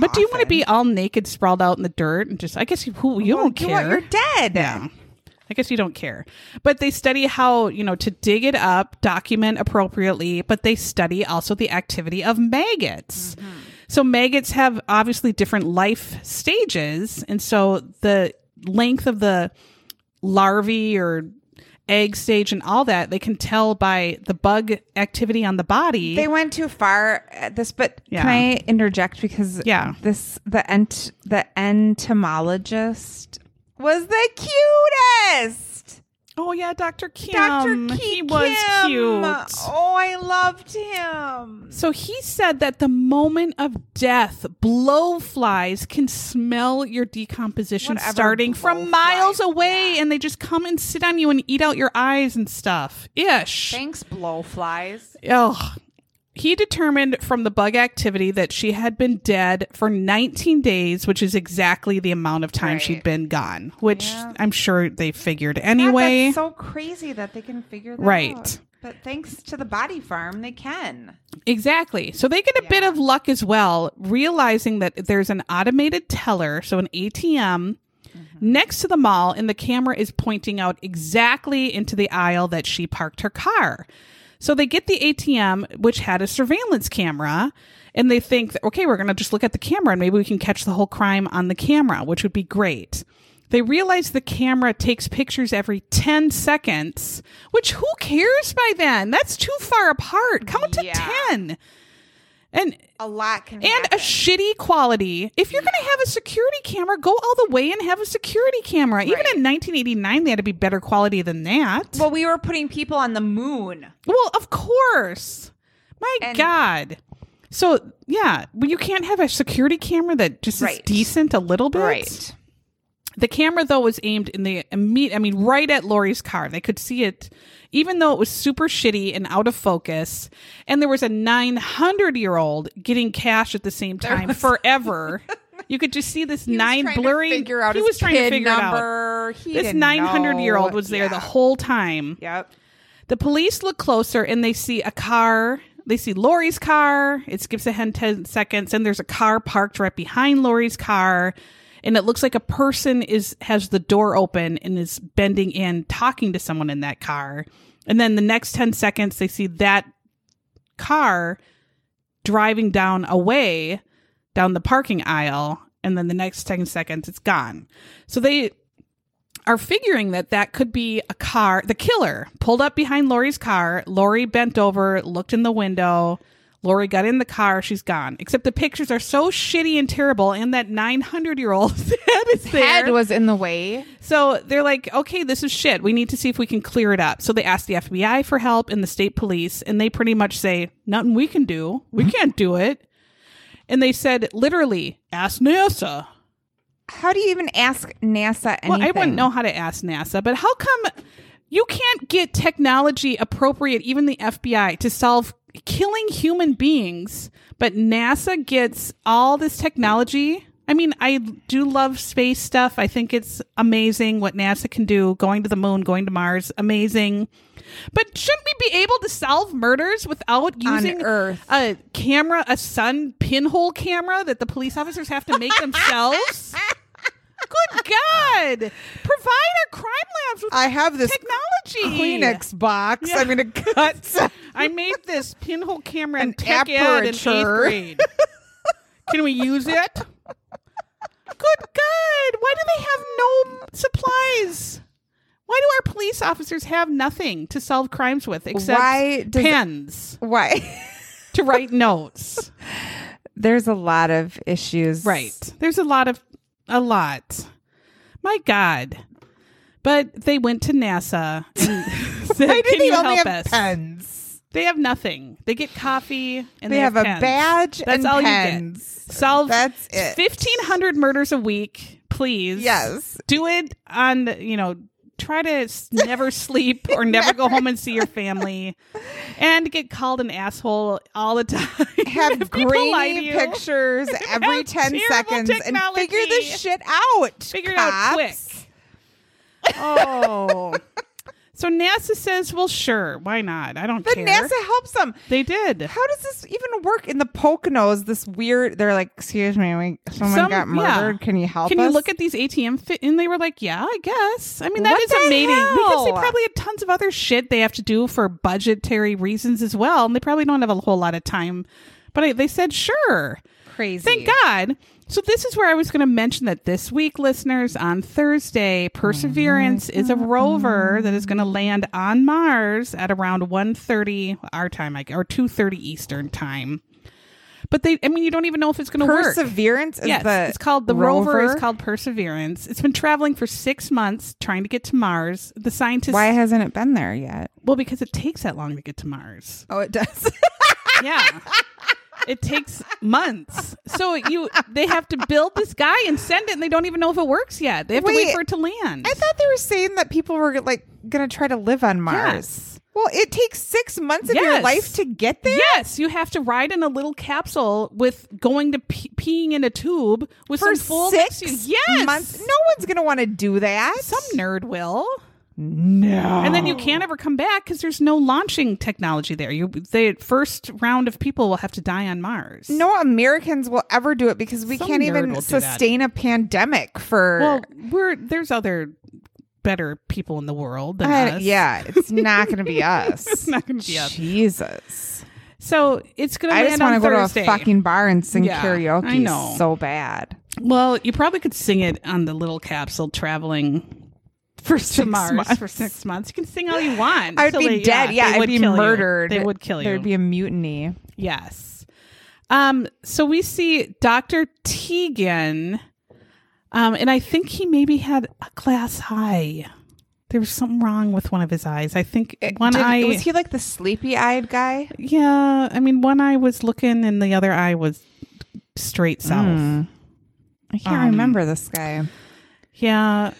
S1: But do you want to
S2: coffin.
S1: be all naked, sprawled out in the dirt, and just, I guess you, who, you don't
S2: You
S1: care.
S2: want, you're dead.
S1: Yeah. I guess you don't care. But they study how, you know, to dig it up, document appropriately, but they study also the activity of maggots. So maggots have obviously different life stages. And so the length of the larvae or egg stage and all that, they can tell by the bug activity on the body.
S2: They went too far at this, but
S1: Yeah.
S2: can I interject because
S1: Yeah.
S2: this the ent the entomologist was the cutest.
S1: Oh yeah, Dr. Kim.
S3: Dr. Key
S1: He was
S3: Kim.
S1: cute.
S3: Oh, I loved him.
S1: So he said that the moment of death, blowflies can smell your decomposition
S3: Whatever
S1: starting from
S3: blowflies,
S1: miles away and they just come and sit on you and eat out your eyes and stuff. Ish.
S3: Thanks, blowflies.
S1: Ugh. He determined from the bug activity that she had been dead for 19 days, which is exactly the amount of time
S3: Right.
S1: she'd been gone, which
S3: Yeah.
S1: I'm sure they figured
S3: God,
S1: anyway.
S3: that's so crazy that they can figure that
S1: Right.
S3: out. But thanks to the body farm, they can.
S1: exactly. So they get a bit
S3: Yeah.
S1: of luck as well, realizing that there's an automated teller, so an ATM,
S3: Mm-hmm.
S1: next to the mall, and the camera is pointing out exactly into the aisle that she parked her car. So they get the ATM, which had a surveillance camera, and they think, that, okay, we're going to just look at the camera and maybe we can catch the whole crime on the camera, which would be great. They realize the camera takes pictures every 10 seconds, which who cares by then? That's too far apart. Count to
S3: Yeah.
S1: 10. And
S3: A lot can
S1: and a
S3: happen.
S1: shitty quality. If you're going to have a security camera, go all the way and have a security camera. Even
S3: Right.
S1: in 1989, they had to be better quality than that. Well,
S3: well, we were putting people on the moon.
S1: of course. My
S3: And-
S1: God. So, yeah, well, you can't have a security camera that just is
S3: Right.
S1: decent a little bit. The camera, though, was aimed in the immediate, I mean, right at Lori's car. They could see it, even though it was super shitty and out of focus. And there was a 900 year old getting cash at the same time forever. you could just see this
S3: He was
S1: nine
S3: trying to
S1: blurry.
S3: figure out
S1: he
S3: his
S1: was trying to
S3: PIN
S1: figure it out.
S3: number. He
S1: This
S3: didn't
S1: 900 year old
S3: know.
S1: was there the
S3: Yeah.
S1: whole time.
S3: Yep.
S1: The police look closer and they see a car. They see Lori's car. It skips ahead 10 seconds and there's a car parked right behind Lori's car. And it looks like a person is has the door open and is bending in talking to someone in that car. And then the next 10 seconds they see that car driving down away down the parking aisle and then the next 10 seconds it's gone. So they are figuring that that could be a car, the killer pulled up behind Lori's car. Lori bent over, looked in the window. Lori got in the car. She's gone. Except the pictures are so shitty and terrible, and that 900 year old head is there.
S2: Head was in the way.
S1: so they're like, okay, this is shit. We need to see if we can clear it up. So they ask the FBI for help and the state police, and they pretty much say, nothing we can do. We can't do it. And they said, literally, ask NASA.
S2: How do you even ask NASA anything?
S1: Well, I wouldn't know how to ask NASA, but how come you can't get technology appropriate, even the FBI, to solve killing human beings, but NASA gets all this technology? I mean, I do love space stuff. I think it's amazing what NASA can do going to the moon, going to Mars, amazing. But shouldn't we be able to solve murders without
S2: On
S1: using
S2: Earth.
S1: a camera, a sun pinhole camera that the police officers have to make themselves? Good God! Provide our crime labs with
S2: I have this
S1: technology.
S2: box.
S1: I'm
S2: going to cut.
S1: I made this pinhole camera
S2: An
S1: and tech ad in eighth
S2: aperture.
S1: grade. Can we use it? Good God! Why do they have no supplies? Why do our police officers have nothing to solve crimes with except
S2: Why does-
S1: pens
S2: Why?
S1: to write notes?
S2: There's a lot of issues.
S1: Right. There's a lot of a lot. My God. But they went to NASA and said,
S2: Why do
S1: Can
S2: they
S1: you
S2: only
S1: help
S2: have
S1: us?
S2: pens?
S1: They have nothing. They get coffee and they,
S2: They, have, a
S1: pens.
S2: badge
S1: That's
S2: and
S1: all
S2: pens.
S1: you get. Solve
S2: That's it.
S1: fifteen hundred murders a week, please.
S2: Yes.
S1: Do it on you know, try to s- never sleep or never go home and see your family. And get called an asshole all the time.
S2: Have
S1: People lie to
S2: grainy
S1: you.
S2: pictures every
S1: Have
S2: 10
S1: terrible
S2: seconds and figure
S1: technology.
S2: this shit out.
S1: Figure it out
S2: cops.
S1: quick.
S2: Oh.
S1: So NASA says, "Well, sure, why not? I don't
S2: but
S1: care."
S2: NASA helps them.
S1: they did.
S2: How does this even work in the Poconos? This weird, they're like, excuse me, we, someone
S1: Some-
S2: got
S1: yeah.
S2: murdered. Can you help
S1: Can
S2: us?
S1: you look at these ATM fit? And they were like, "Yeah, I guess." I mean, that
S2: What
S1: is
S2: the
S1: amazing because they
S2: hell?
S1: probably had tons of other shit they have to do for budgetary reasons as well, and they probably don't have a whole lot of time. But I, they said, "Sure."
S2: crazy?
S1: Thank God. So this is where I was going to mention that this week, listeners, on Thursday, Perseverance is a rover that is going to land on Mars at around 1.30 our time, like, or 2.30 Eastern time. But they, I mean, you don't even know if it's going to work.
S4: Perseverance is
S1: Yes,
S4: the
S1: it's called the rover. is called Perseverance. It's been traveling for six months trying to get to Mars. The scientists,
S2: Why hasn't it been there yet?
S1: well, because it takes that long to get to Mars.
S4: Oh, it does.
S1: Yeah, it takes months. So you, they have to build this guy and send it, and they don't even know if it works yet. They have to wait
S4: Wait,
S1: for it to land.
S4: I thought they were saying that people were like going to try to live on Mars.
S1: Yes.
S4: Well, it takes six months of your
S1: Yes.
S4: life to get there.
S1: Yes, you have to ride in a little capsule with going to pe- peeing in a tube with
S4: For
S1: some fool
S4: six
S1: next to you. Yes,
S4: months, no one's gonna want to do that.
S1: some nerd will.
S4: no,
S1: and then you can't ever come back because there's no launching technology there. You the first round of people will have to die on Mars.
S4: no Americans will ever do it because we
S1: Some
S4: can't
S1: nerd will
S4: even
S1: do that.
S4: sustain a pandemic for.
S1: well, we're there's other better people in the world than
S4: I-
S1: us.
S4: yeah, it's not gonna be us. it's
S1: not gonna be us.
S4: Jesus,
S1: So it's gonna.
S4: I
S1: land
S4: just
S1: want
S4: want to go
S1: Thursday.
S4: to a fucking bar and sing
S1: Yeah,
S4: karaoke.
S1: I know.
S4: so bad.
S1: Well, you probably could sing it on the little capsule traveling. For to Mars for six months, you can sing all you want.
S4: I'd
S1: So
S4: be
S1: they-
S4: dead. Yeah,
S1: they
S4: I'd
S1: would
S4: be
S1: kill you.
S4: murdered.
S1: They would kill you.
S4: There'd be a mutiny.
S1: Yes. Um, so we see Dr. Tegan, um, and I think he maybe had a glass eye. There was something wrong with one of his eyes. I think one
S2: Did-
S1: eye.
S2: was he like the sleepy-eyed guy?
S1: yeah, I mean, one eye was looking, and the other eye was straight
S4: Hmm.
S1: south.
S2: I can't
S4: Um,
S2: remember this guy.
S1: Yeah,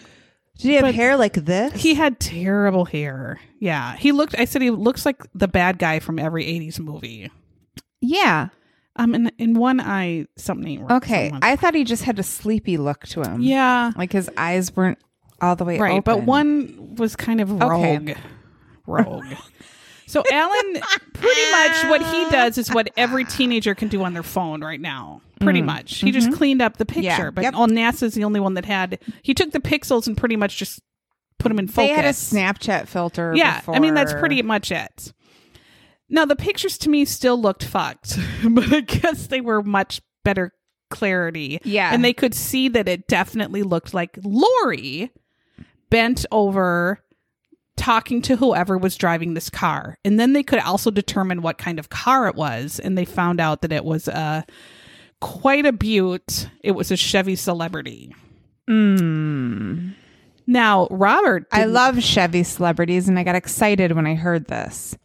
S4: Do you have
S1: But-
S4: hair like this?
S1: he had terrible hair. Yeah, he looked. I said he looks like the bad guy from every '80s movie.
S2: Yeah.
S1: Um, and in one eye, something ain't right.
S2: Okay.
S1: Someone-
S2: I thought he just had a sleepy look to him.
S1: yeah,
S2: Like his eyes weren't all the way
S1: right
S2: open.
S1: but one was kind of rogue
S2: Okay.
S1: rogue so alan pretty much what he does is what every teenager can do on their phone right now pretty much he just cleaned up the picture
S2: Mm. Mm-hmm. Yeah.
S1: but
S2: Yep.
S1: all nasa's the only one that had he took the pixels and pretty much just put them in
S2: They
S1: focus
S2: had a Snapchat filter.
S1: yeah i mean that's
S2: before.
S1: pretty much it now the pictures to me still looked fucked but i guess they were much better clarity
S2: Yeah.
S1: and they could see that it definitely looked like lori bent over talking to whoever was driving this car and then they could also determine what kind of car it was and they found out that it was a quite a butte it was a chevy celebrity
S2: Mm.
S1: now robert
S2: I
S1: didn't-
S2: love Chevy celebrities, and I got excited when I heard this.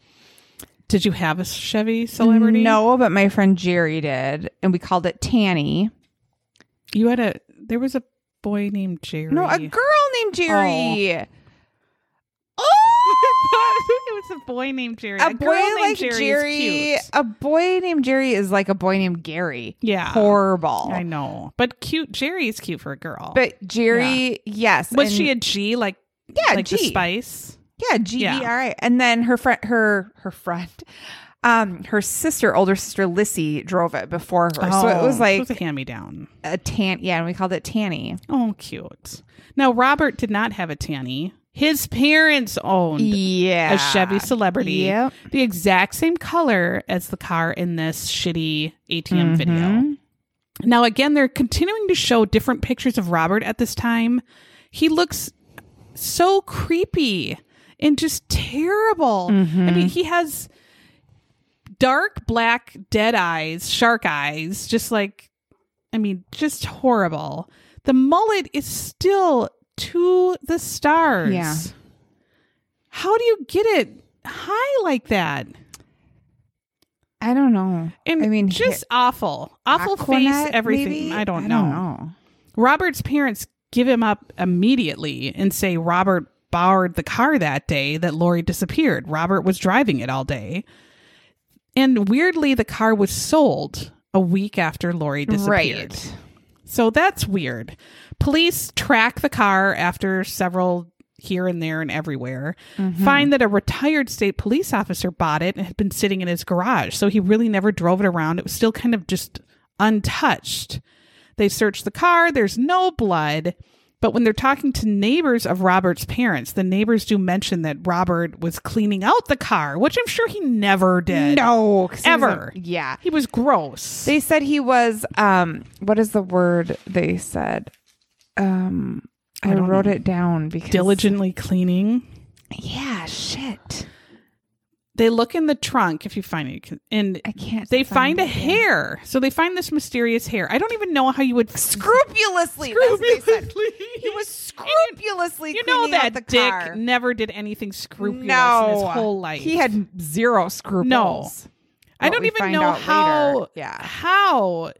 S1: did you have a chevy celebrity
S2: No, but my friend Jerry did, and we called it Tanny.
S1: You had a there was a boy named Jerry.
S2: No, a girl
S1: Oh,
S2: named Jerry.
S1: it was a boy named Jerry.
S2: A,
S1: girl
S2: boy
S1: named
S2: like
S1: Jerry is
S2: Jerry.
S1: cute.
S2: A boy named Jerry is like a boy named Gary.
S1: Yeah.
S2: horrible.
S1: I know, but cute. Jerry is cute for a girl.
S2: But Jerry, yes,
S1: was
S2: and-
S1: she a G like
S2: yeah
S1: like the
S2: G.
S1: spice?
S2: Yeah, G E
S1: Yeah.
S2: R I. And then her friend, her her friend, um, her sister, older sister Lissy drove it before her, Oh, so it was like
S1: Oh, a hand me down.
S2: a tan. Yeah, and we called it Tanny.
S1: Oh, cute. Now Robert did not have a tanny. His parents owned
S2: Yeah,
S1: a Chevy Celebrity,
S2: Yep.
S1: the exact same color as the car in this shitty ATM
S2: Mm-hmm.
S1: video. Now, again, they're continuing to show different pictures of Robert at this time. He looks so creepy and just terrible. I
S2: Mm-hmm.
S1: mean, he has dark black dead eyes, shark eyes, just like I mean, just horrible. The mullet is still to the stars.
S2: Yeah.
S1: How do you get it high like that?
S2: I don't know.
S1: And
S2: I mean,
S1: just awful, awful
S2: Aquanet,
S1: face, everything.
S2: maybe?
S1: I don't
S2: I
S1: know.
S2: don't know.
S1: Robert's parents give him up immediately and say Robert borrowed the car that day that Lori disappeared. Robert was driving it all day. And weirdly, the car was sold a week after Lori disappeared.
S2: Right.
S1: So that's weird. Police track the car after several here and there and everywhere,
S2: Mm-hmm.
S1: find that a retired state police officer bought it and had been sitting in his garage. So he really never drove it around. It was still kind of just untouched. They search the car, there's no blood. But when they're talking to neighbors of Robert's parents, the neighbors do mention that Robert was cleaning out the car, which I'm sure he never did.
S2: No, 'cause he was
S1: Ever.
S2: a- yeah.
S1: He was gross.
S2: They said he was um what is the word they said? Um I, wrote it down because
S1: Diligently cleaning.
S2: Yeah, shit.
S1: They look in the trunk if you find it, and
S5: I can't
S1: They
S5: find
S1: find a hair, so they find this mysterious hair. I don't even know how you would
S5: Scrupulously. that's what they said. He
S1: He
S5: was scrupulously.
S1: You know
S5: cleaning out
S1: that
S5: the
S1: Dick
S5: car.
S1: never did anything scrupulous in his whole life.
S2: He had zero scruples.
S1: I
S2: what
S1: don't
S2: we
S1: even
S2: find
S1: know
S2: out
S1: how
S2: later. Yeah.
S1: how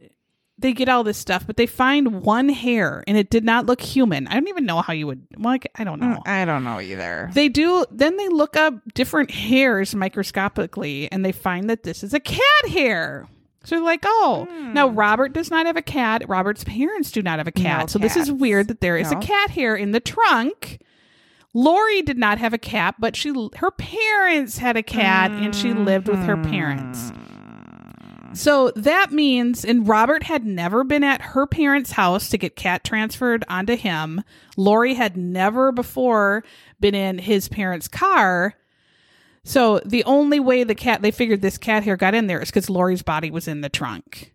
S1: they get all this stuff, but they find one hair and it did not look human. I don't even know how you would like I don't know.
S2: I don't know either.
S1: They do then they look up different hairs microscopically and they find that this is a cat hair. So they're like, oh, now Robert does not have a cat. Robert's parents do not have a cat. so this is
S2: cats.
S1: weird that there is
S2: No.
S1: a cat hair in the trunk. Lori did not have a cat, but she her parents had a cat and she lived with her parents.
S2: Mm-hmm.
S1: So that means, and Robert had never been at her parents' house to get cat transferred onto him. Lori had never before been in his parents' car. So the only way the cat, they figured this cat hair got in there is because Lori's body was in the trunk.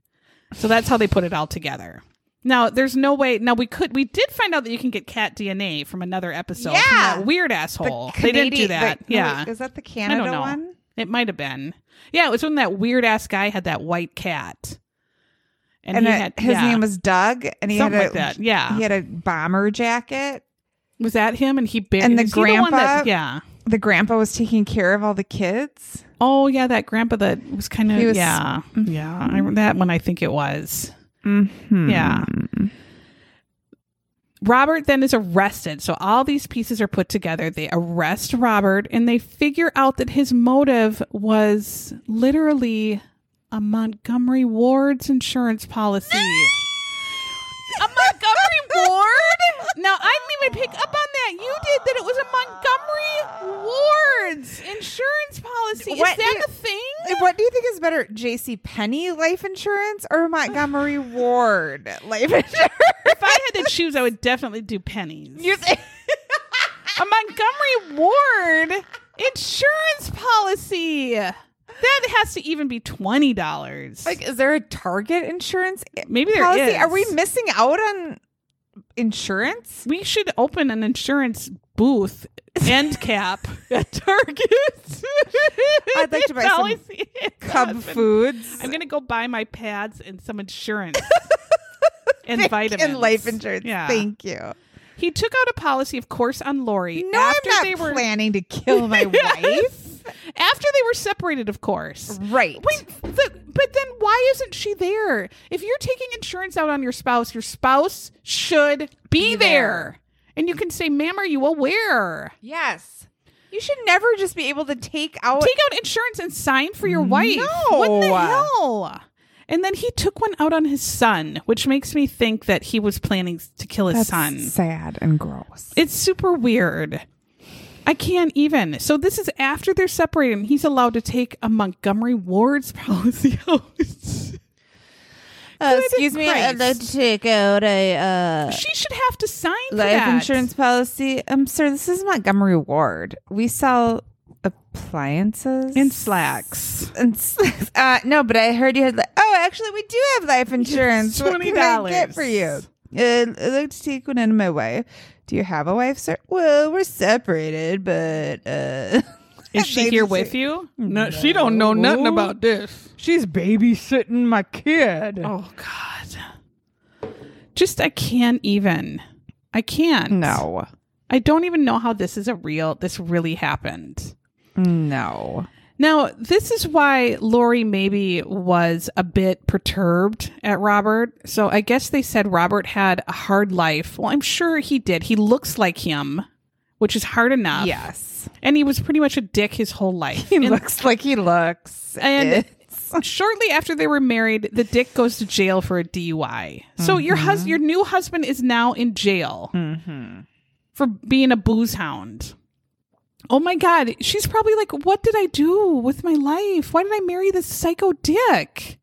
S1: So that's how they put it all together. Now, there's no way. Now, we could, we did find out that you can get cat DNA from another episode. from
S5: Yeah.
S1: that weird asshole. they didn't do
S5: Canadian-
S1: that.
S5: the- no,
S1: yeah.
S5: Is that the
S1: I
S5: Canada
S1: don't know.
S5: one?
S1: It might have been. Yeah, it was when that weird ass guy had that white cat.
S2: and
S1: he
S2: it-
S1: had-
S2: his
S1: yeah.
S2: name was Doug, and he
S1: Something
S2: had a
S1: like that, yeah.
S2: he had a bomber jacket.
S1: was that him? And he bit
S2: And the
S1: was he one that-
S2: grandpa-
S1: yeah.
S2: The grandpa was taking care of all the kids.
S1: Oh yeah, that grandpa that was kind of
S2: He was- Mm-hmm.
S1: yeah yeah I, that one I think it was. Yeah. Robert then is arrested. So all these pieces are put together. They arrest Robert and they figure out that his motive was literally a Montgomery Ward's insurance policy. a Montgomery Ward? Now, I didn't even pick up on that. You did that it was a Montgomery Ward's insurance policy. Is
S2: What do
S1: that
S2: you-
S1: a thing?
S2: What do you think is better, J.C. Penney life insurance or Montgomery Ward life insurance?
S1: If I had to choose, I would definitely do pennies. a Montgomery Ward insurance policy. That has to even be twenty dollars.
S2: like, is there a Target insurance i-
S1: Maybe there
S2: policy?
S1: is.
S2: Are we missing out on insurance?
S1: We should open an insurance booth end cap at Target.
S2: I'd like to buy some
S1: Policy.
S2: Cub Foods
S1: I'm gonna go buy my pads and some insurance. And vitamins
S2: and life insurance.
S1: Yeah,
S2: Thank you.
S1: he took out a policy, of course, on Lori.
S2: No,
S1: after
S2: I'm
S1: they
S2: not
S1: were
S2: planning to kill my wife.
S1: after they were separated, of course.
S2: Right.
S1: Wait, the, but then why isn't she there? If you're taking insurance out on your spouse, your spouse should be, there. And you can say, ma'am, are you aware?
S2: Yes. You should never just be able to take out.
S1: Take out insurance and sign for your wife. What in the
S2: No.
S1: hell? And then he took one out on his son, which makes me think that he was planning to kill his son.
S2: sad and gross.
S1: It's super weird. I can't even. So this is after they're separated. And he's allowed to take a Montgomery Ward's policy out.
S2: Uh, excuse me.
S1: Christ.
S2: I'd like to take out a uh,
S1: she should have to sign for
S2: life
S1: that.
S2: insurance policy. Um, sir, this is Montgomery Ward. We sell appliances
S1: and slacks.
S2: And s- uh, no, but I heard you had. Li- oh, actually, we do have life insurance. What can I get for you? Uh, I'd like to take one into my wife. Do you have a wife, sir? Well, we're separated, but uh,
S1: Is she here with you? No, she don't know nothing about this.
S2: she's babysitting my kid.
S1: Oh God. Just I can't even. I can't.
S2: No,
S1: I don't even know how this is a real this really happened.
S2: no.
S1: Now, this is why Lori maybe was a bit perturbed at Robert. So I guess they said Robert had a hard life. Well, I'm sure he did. He looks like him, which is hard enough.
S2: Yes,
S1: And he was pretty much a dick his whole life.
S2: he
S1: Uh, And-
S2: looks like he looks.
S1: And-
S2: It's-
S1: shortly after they were married, the dick goes to jail for a DUI. So your hus-
S2: Mm-hmm.
S1: your new husband is now in jail for being a booze hound. Oh my god, she's probably like, "What did I do with my life? Why did I marry this psycho dick?"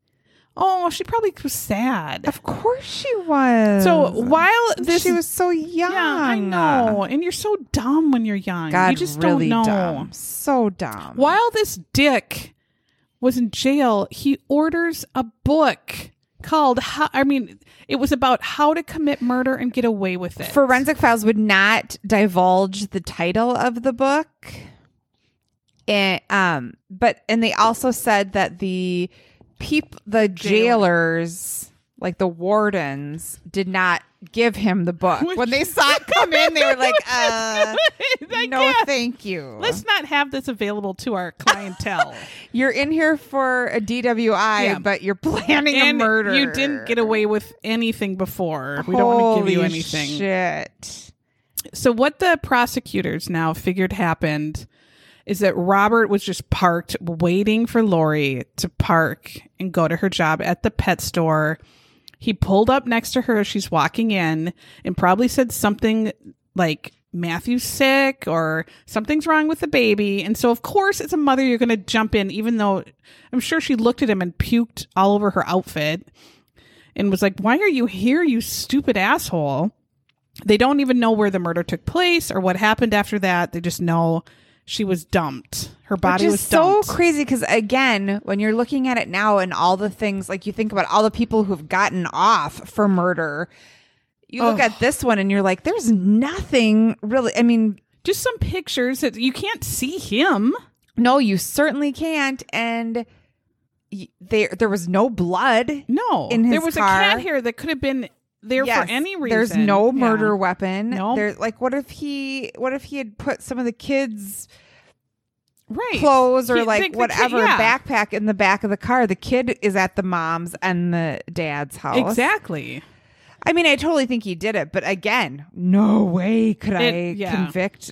S1: Oh, she probably was sad.
S2: of course she was.
S1: So while this,
S2: she was so young.
S1: yeah, I know, and you're so dumb when you're young.
S2: God,
S1: you just
S2: really
S1: don't know.
S2: dumb. So dumb.
S1: While this dick was in jail, he orders a book called how, I mean, it was about how to commit murder and get away with it.
S2: Forensic Files would not divulge the title of the book. And um, but and they also said that the peop the jailers, like the wardens, did not give him the book when they saw it come in. They were like, uh,
S1: I
S2: "No,
S1: can't.
S2: thank you.
S1: Let's not have this available to our clientele.
S2: You're in here for a DWI,
S1: Yeah.
S2: but you're planning
S1: and
S2: a murder.
S1: you didn't get away with anything before. We don't want to give you
S2: Holy
S1: anything.
S2: Shit.
S1: So what the prosecutors now figured happened is that Robert was just parked waiting for Lori to park and go to her job at the pet store. He pulled up next to her as she's walking in and probably said something like Matthew's sick or something's wrong with the baby. And so of course as a mother you're going to jump in even though I'm sure she looked at him and puked all over her outfit and was like, "Why are you here, you stupid asshole?" they don't even know where the murder took place or what happened after that. They just know she was dumped. Her body
S2: Which
S1: was
S2: is so
S1: dumped.
S2: crazy because again, when you're looking at it now and all the things, like you think about all the people who've gotten off for murder, you look at this one and you're like, there's nothing really. I mean,
S1: just some pictures that you can't see him.
S2: no, you certainly can't. And y- there, there was no blood.
S1: No,
S2: In
S1: there
S2: his
S1: was
S2: car.
S1: a cat hair that could have been there
S2: Yes,
S1: for any reason.
S2: There's no
S1: Yeah.
S2: murder weapon.
S1: No.
S2: There, like, what if he? What if he had put some of the kids'
S1: right.
S2: clothes or
S1: He-
S2: like
S1: the- the kid-
S2: whatever
S1: yeah.
S2: backpack in the back of the car? The kid is at the mom's and the dad's house.
S1: Exactly.
S2: I mean, I totally think he did it, but again, no way could I
S1: It- yeah.
S2: convict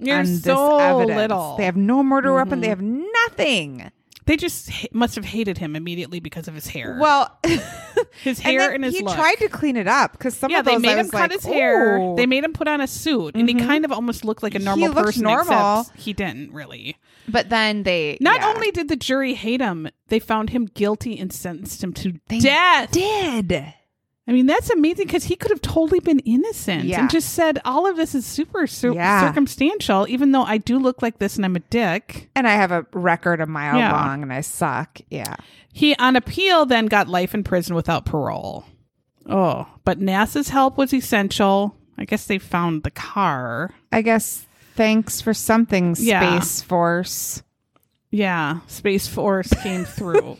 S2: on
S1: There's
S2: this
S1: so
S2: evidence.
S1: little. Mm-hmm.
S2: They have no murder weapon. They have nothing.
S1: They just h- must have hated him immediately because of his hair.
S2: Well,
S1: his
S2: and
S1: hair and,
S2: then
S1: his
S2: he
S1: look.
S2: tried to clean it up because some
S1: yeah,
S2: of those
S1: they made
S2: I
S1: him
S2: was
S1: cut
S2: like,
S1: his hair.
S2: "Ooh."
S1: They made him put on a suit, and he kind of almost looked like a normal
S2: looked
S1: person.
S2: normal.
S1: Except he didn't really.
S2: but then they
S1: Not
S2: yeah.
S1: only did the jury hate him, they found him guilty and sentenced him to death.
S2: did.
S1: I mean, that's amazing because he could have totally been innocent
S2: Yeah.
S1: and just said, "All of this is super cir-
S2: Yeah.
S1: circumstantial." Even though I do look like this and I'm a dick,
S2: And I have a record a mile
S1: Yeah.
S2: long and I suck. Yeah.
S1: he on appeal then got life in prison without parole. Oh, but NASA's help was essential. I guess they found the car.
S2: I guess thanks for something,
S1: Yeah.
S2: Space Force.
S1: Yeah, Space Force came through.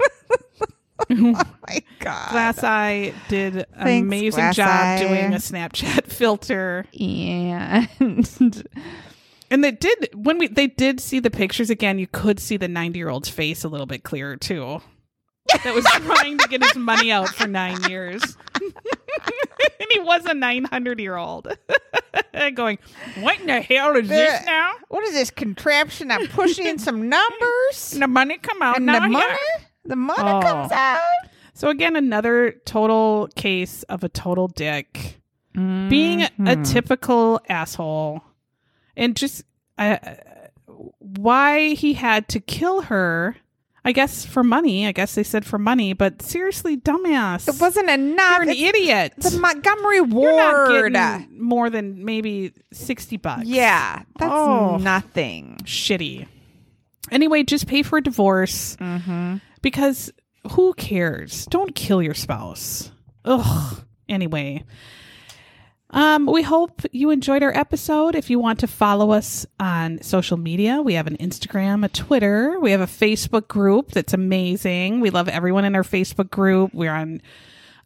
S2: My God.
S1: Glass Eye did an
S2: Thanks,
S1: amazing
S2: Glass
S1: job
S2: Eye.
S1: doing a Snapchat filter.
S2: And
S1: And they did when we they did see the pictures again, you could see the 90-year-old's face a little bit clearer too. That was trying to get his money out for 9 years. and he was a 900-year-old. Going, "What in the hell is this
S4: There-
S1: now?
S4: What is this contraption? I push in some numbers
S1: And the money come out
S4: and
S1: now."
S4: the money,
S1: yeah."
S4: the money
S1: Oh.
S4: comes out.
S1: So again, another total case of a total dick being a
S2: Mm-hmm.
S1: typical asshole, and just uh, why he had to kill her. I guess for money. I guess they said for money, but seriously, dumbass.
S2: it wasn't enough.
S1: You're an
S2: It's
S1: idiot.
S2: the Montgomery
S1: You're not
S2: Ward.
S1: getting more than maybe sixty bucks.
S2: Yeah. That's
S1: Oh.
S2: nothing.
S1: shitty. Anyway, just pay for a divorce
S2: Mm-hmm.
S1: because who cares? Don't kill your spouse. Ugh. Anyway, um, we hope you enjoyed our episode. If you want to follow us on social media, we have an Instagram, a Twitter, we have a Facebook group that's amazing. We love everyone in our Facebook group. We're on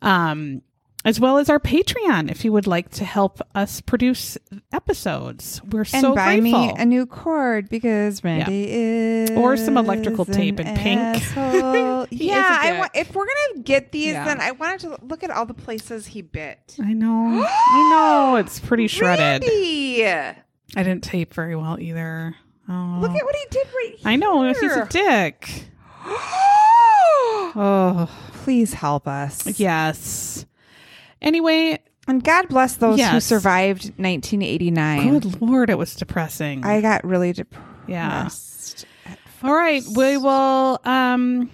S1: um, as well as our Patreon if you would like to help us produce episodes. We're
S2: And
S1: so
S2: buy
S1: grateful.
S2: me a new cord because Randy is
S1: Or some electrical tape
S2: an
S1: in pink.
S2: asshole.
S1: is a
S2: yeah, I
S1: dick.
S2: want. If we're gonna get these,
S1: Yeah.
S2: then I wanted to look at all the places he bit.
S1: I know. I know. It's pretty shredded.
S2: Randy,
S1: I didn't tape very well either. Oh.
S2: look at what he did right here.
S1: I know. He's a dick. Oh,
S2: Please help us.
S1: yes. Anyway,
S2: And God bless those who
S1: Yes.
S2: survived 1989.
S1: good lord, it was depressing.
S2: I got really depressed.
S1: All right, we will. Um,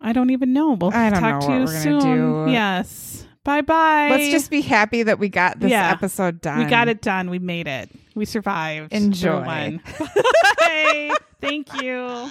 S1: I don't even know. We'll
S2: I don't
S1: talk
S2: know
S1: to you
S2: what we're gonna
S1: soon.
S2: do.
S1: Yes. Bye bye.
S2: Let's just be happy that we got this
S1: Yeah.
S2: episode done.
S1: We got it done. We made it. We survived.
S2: Enjoy.
S1: Everyone. Bye. Thank you.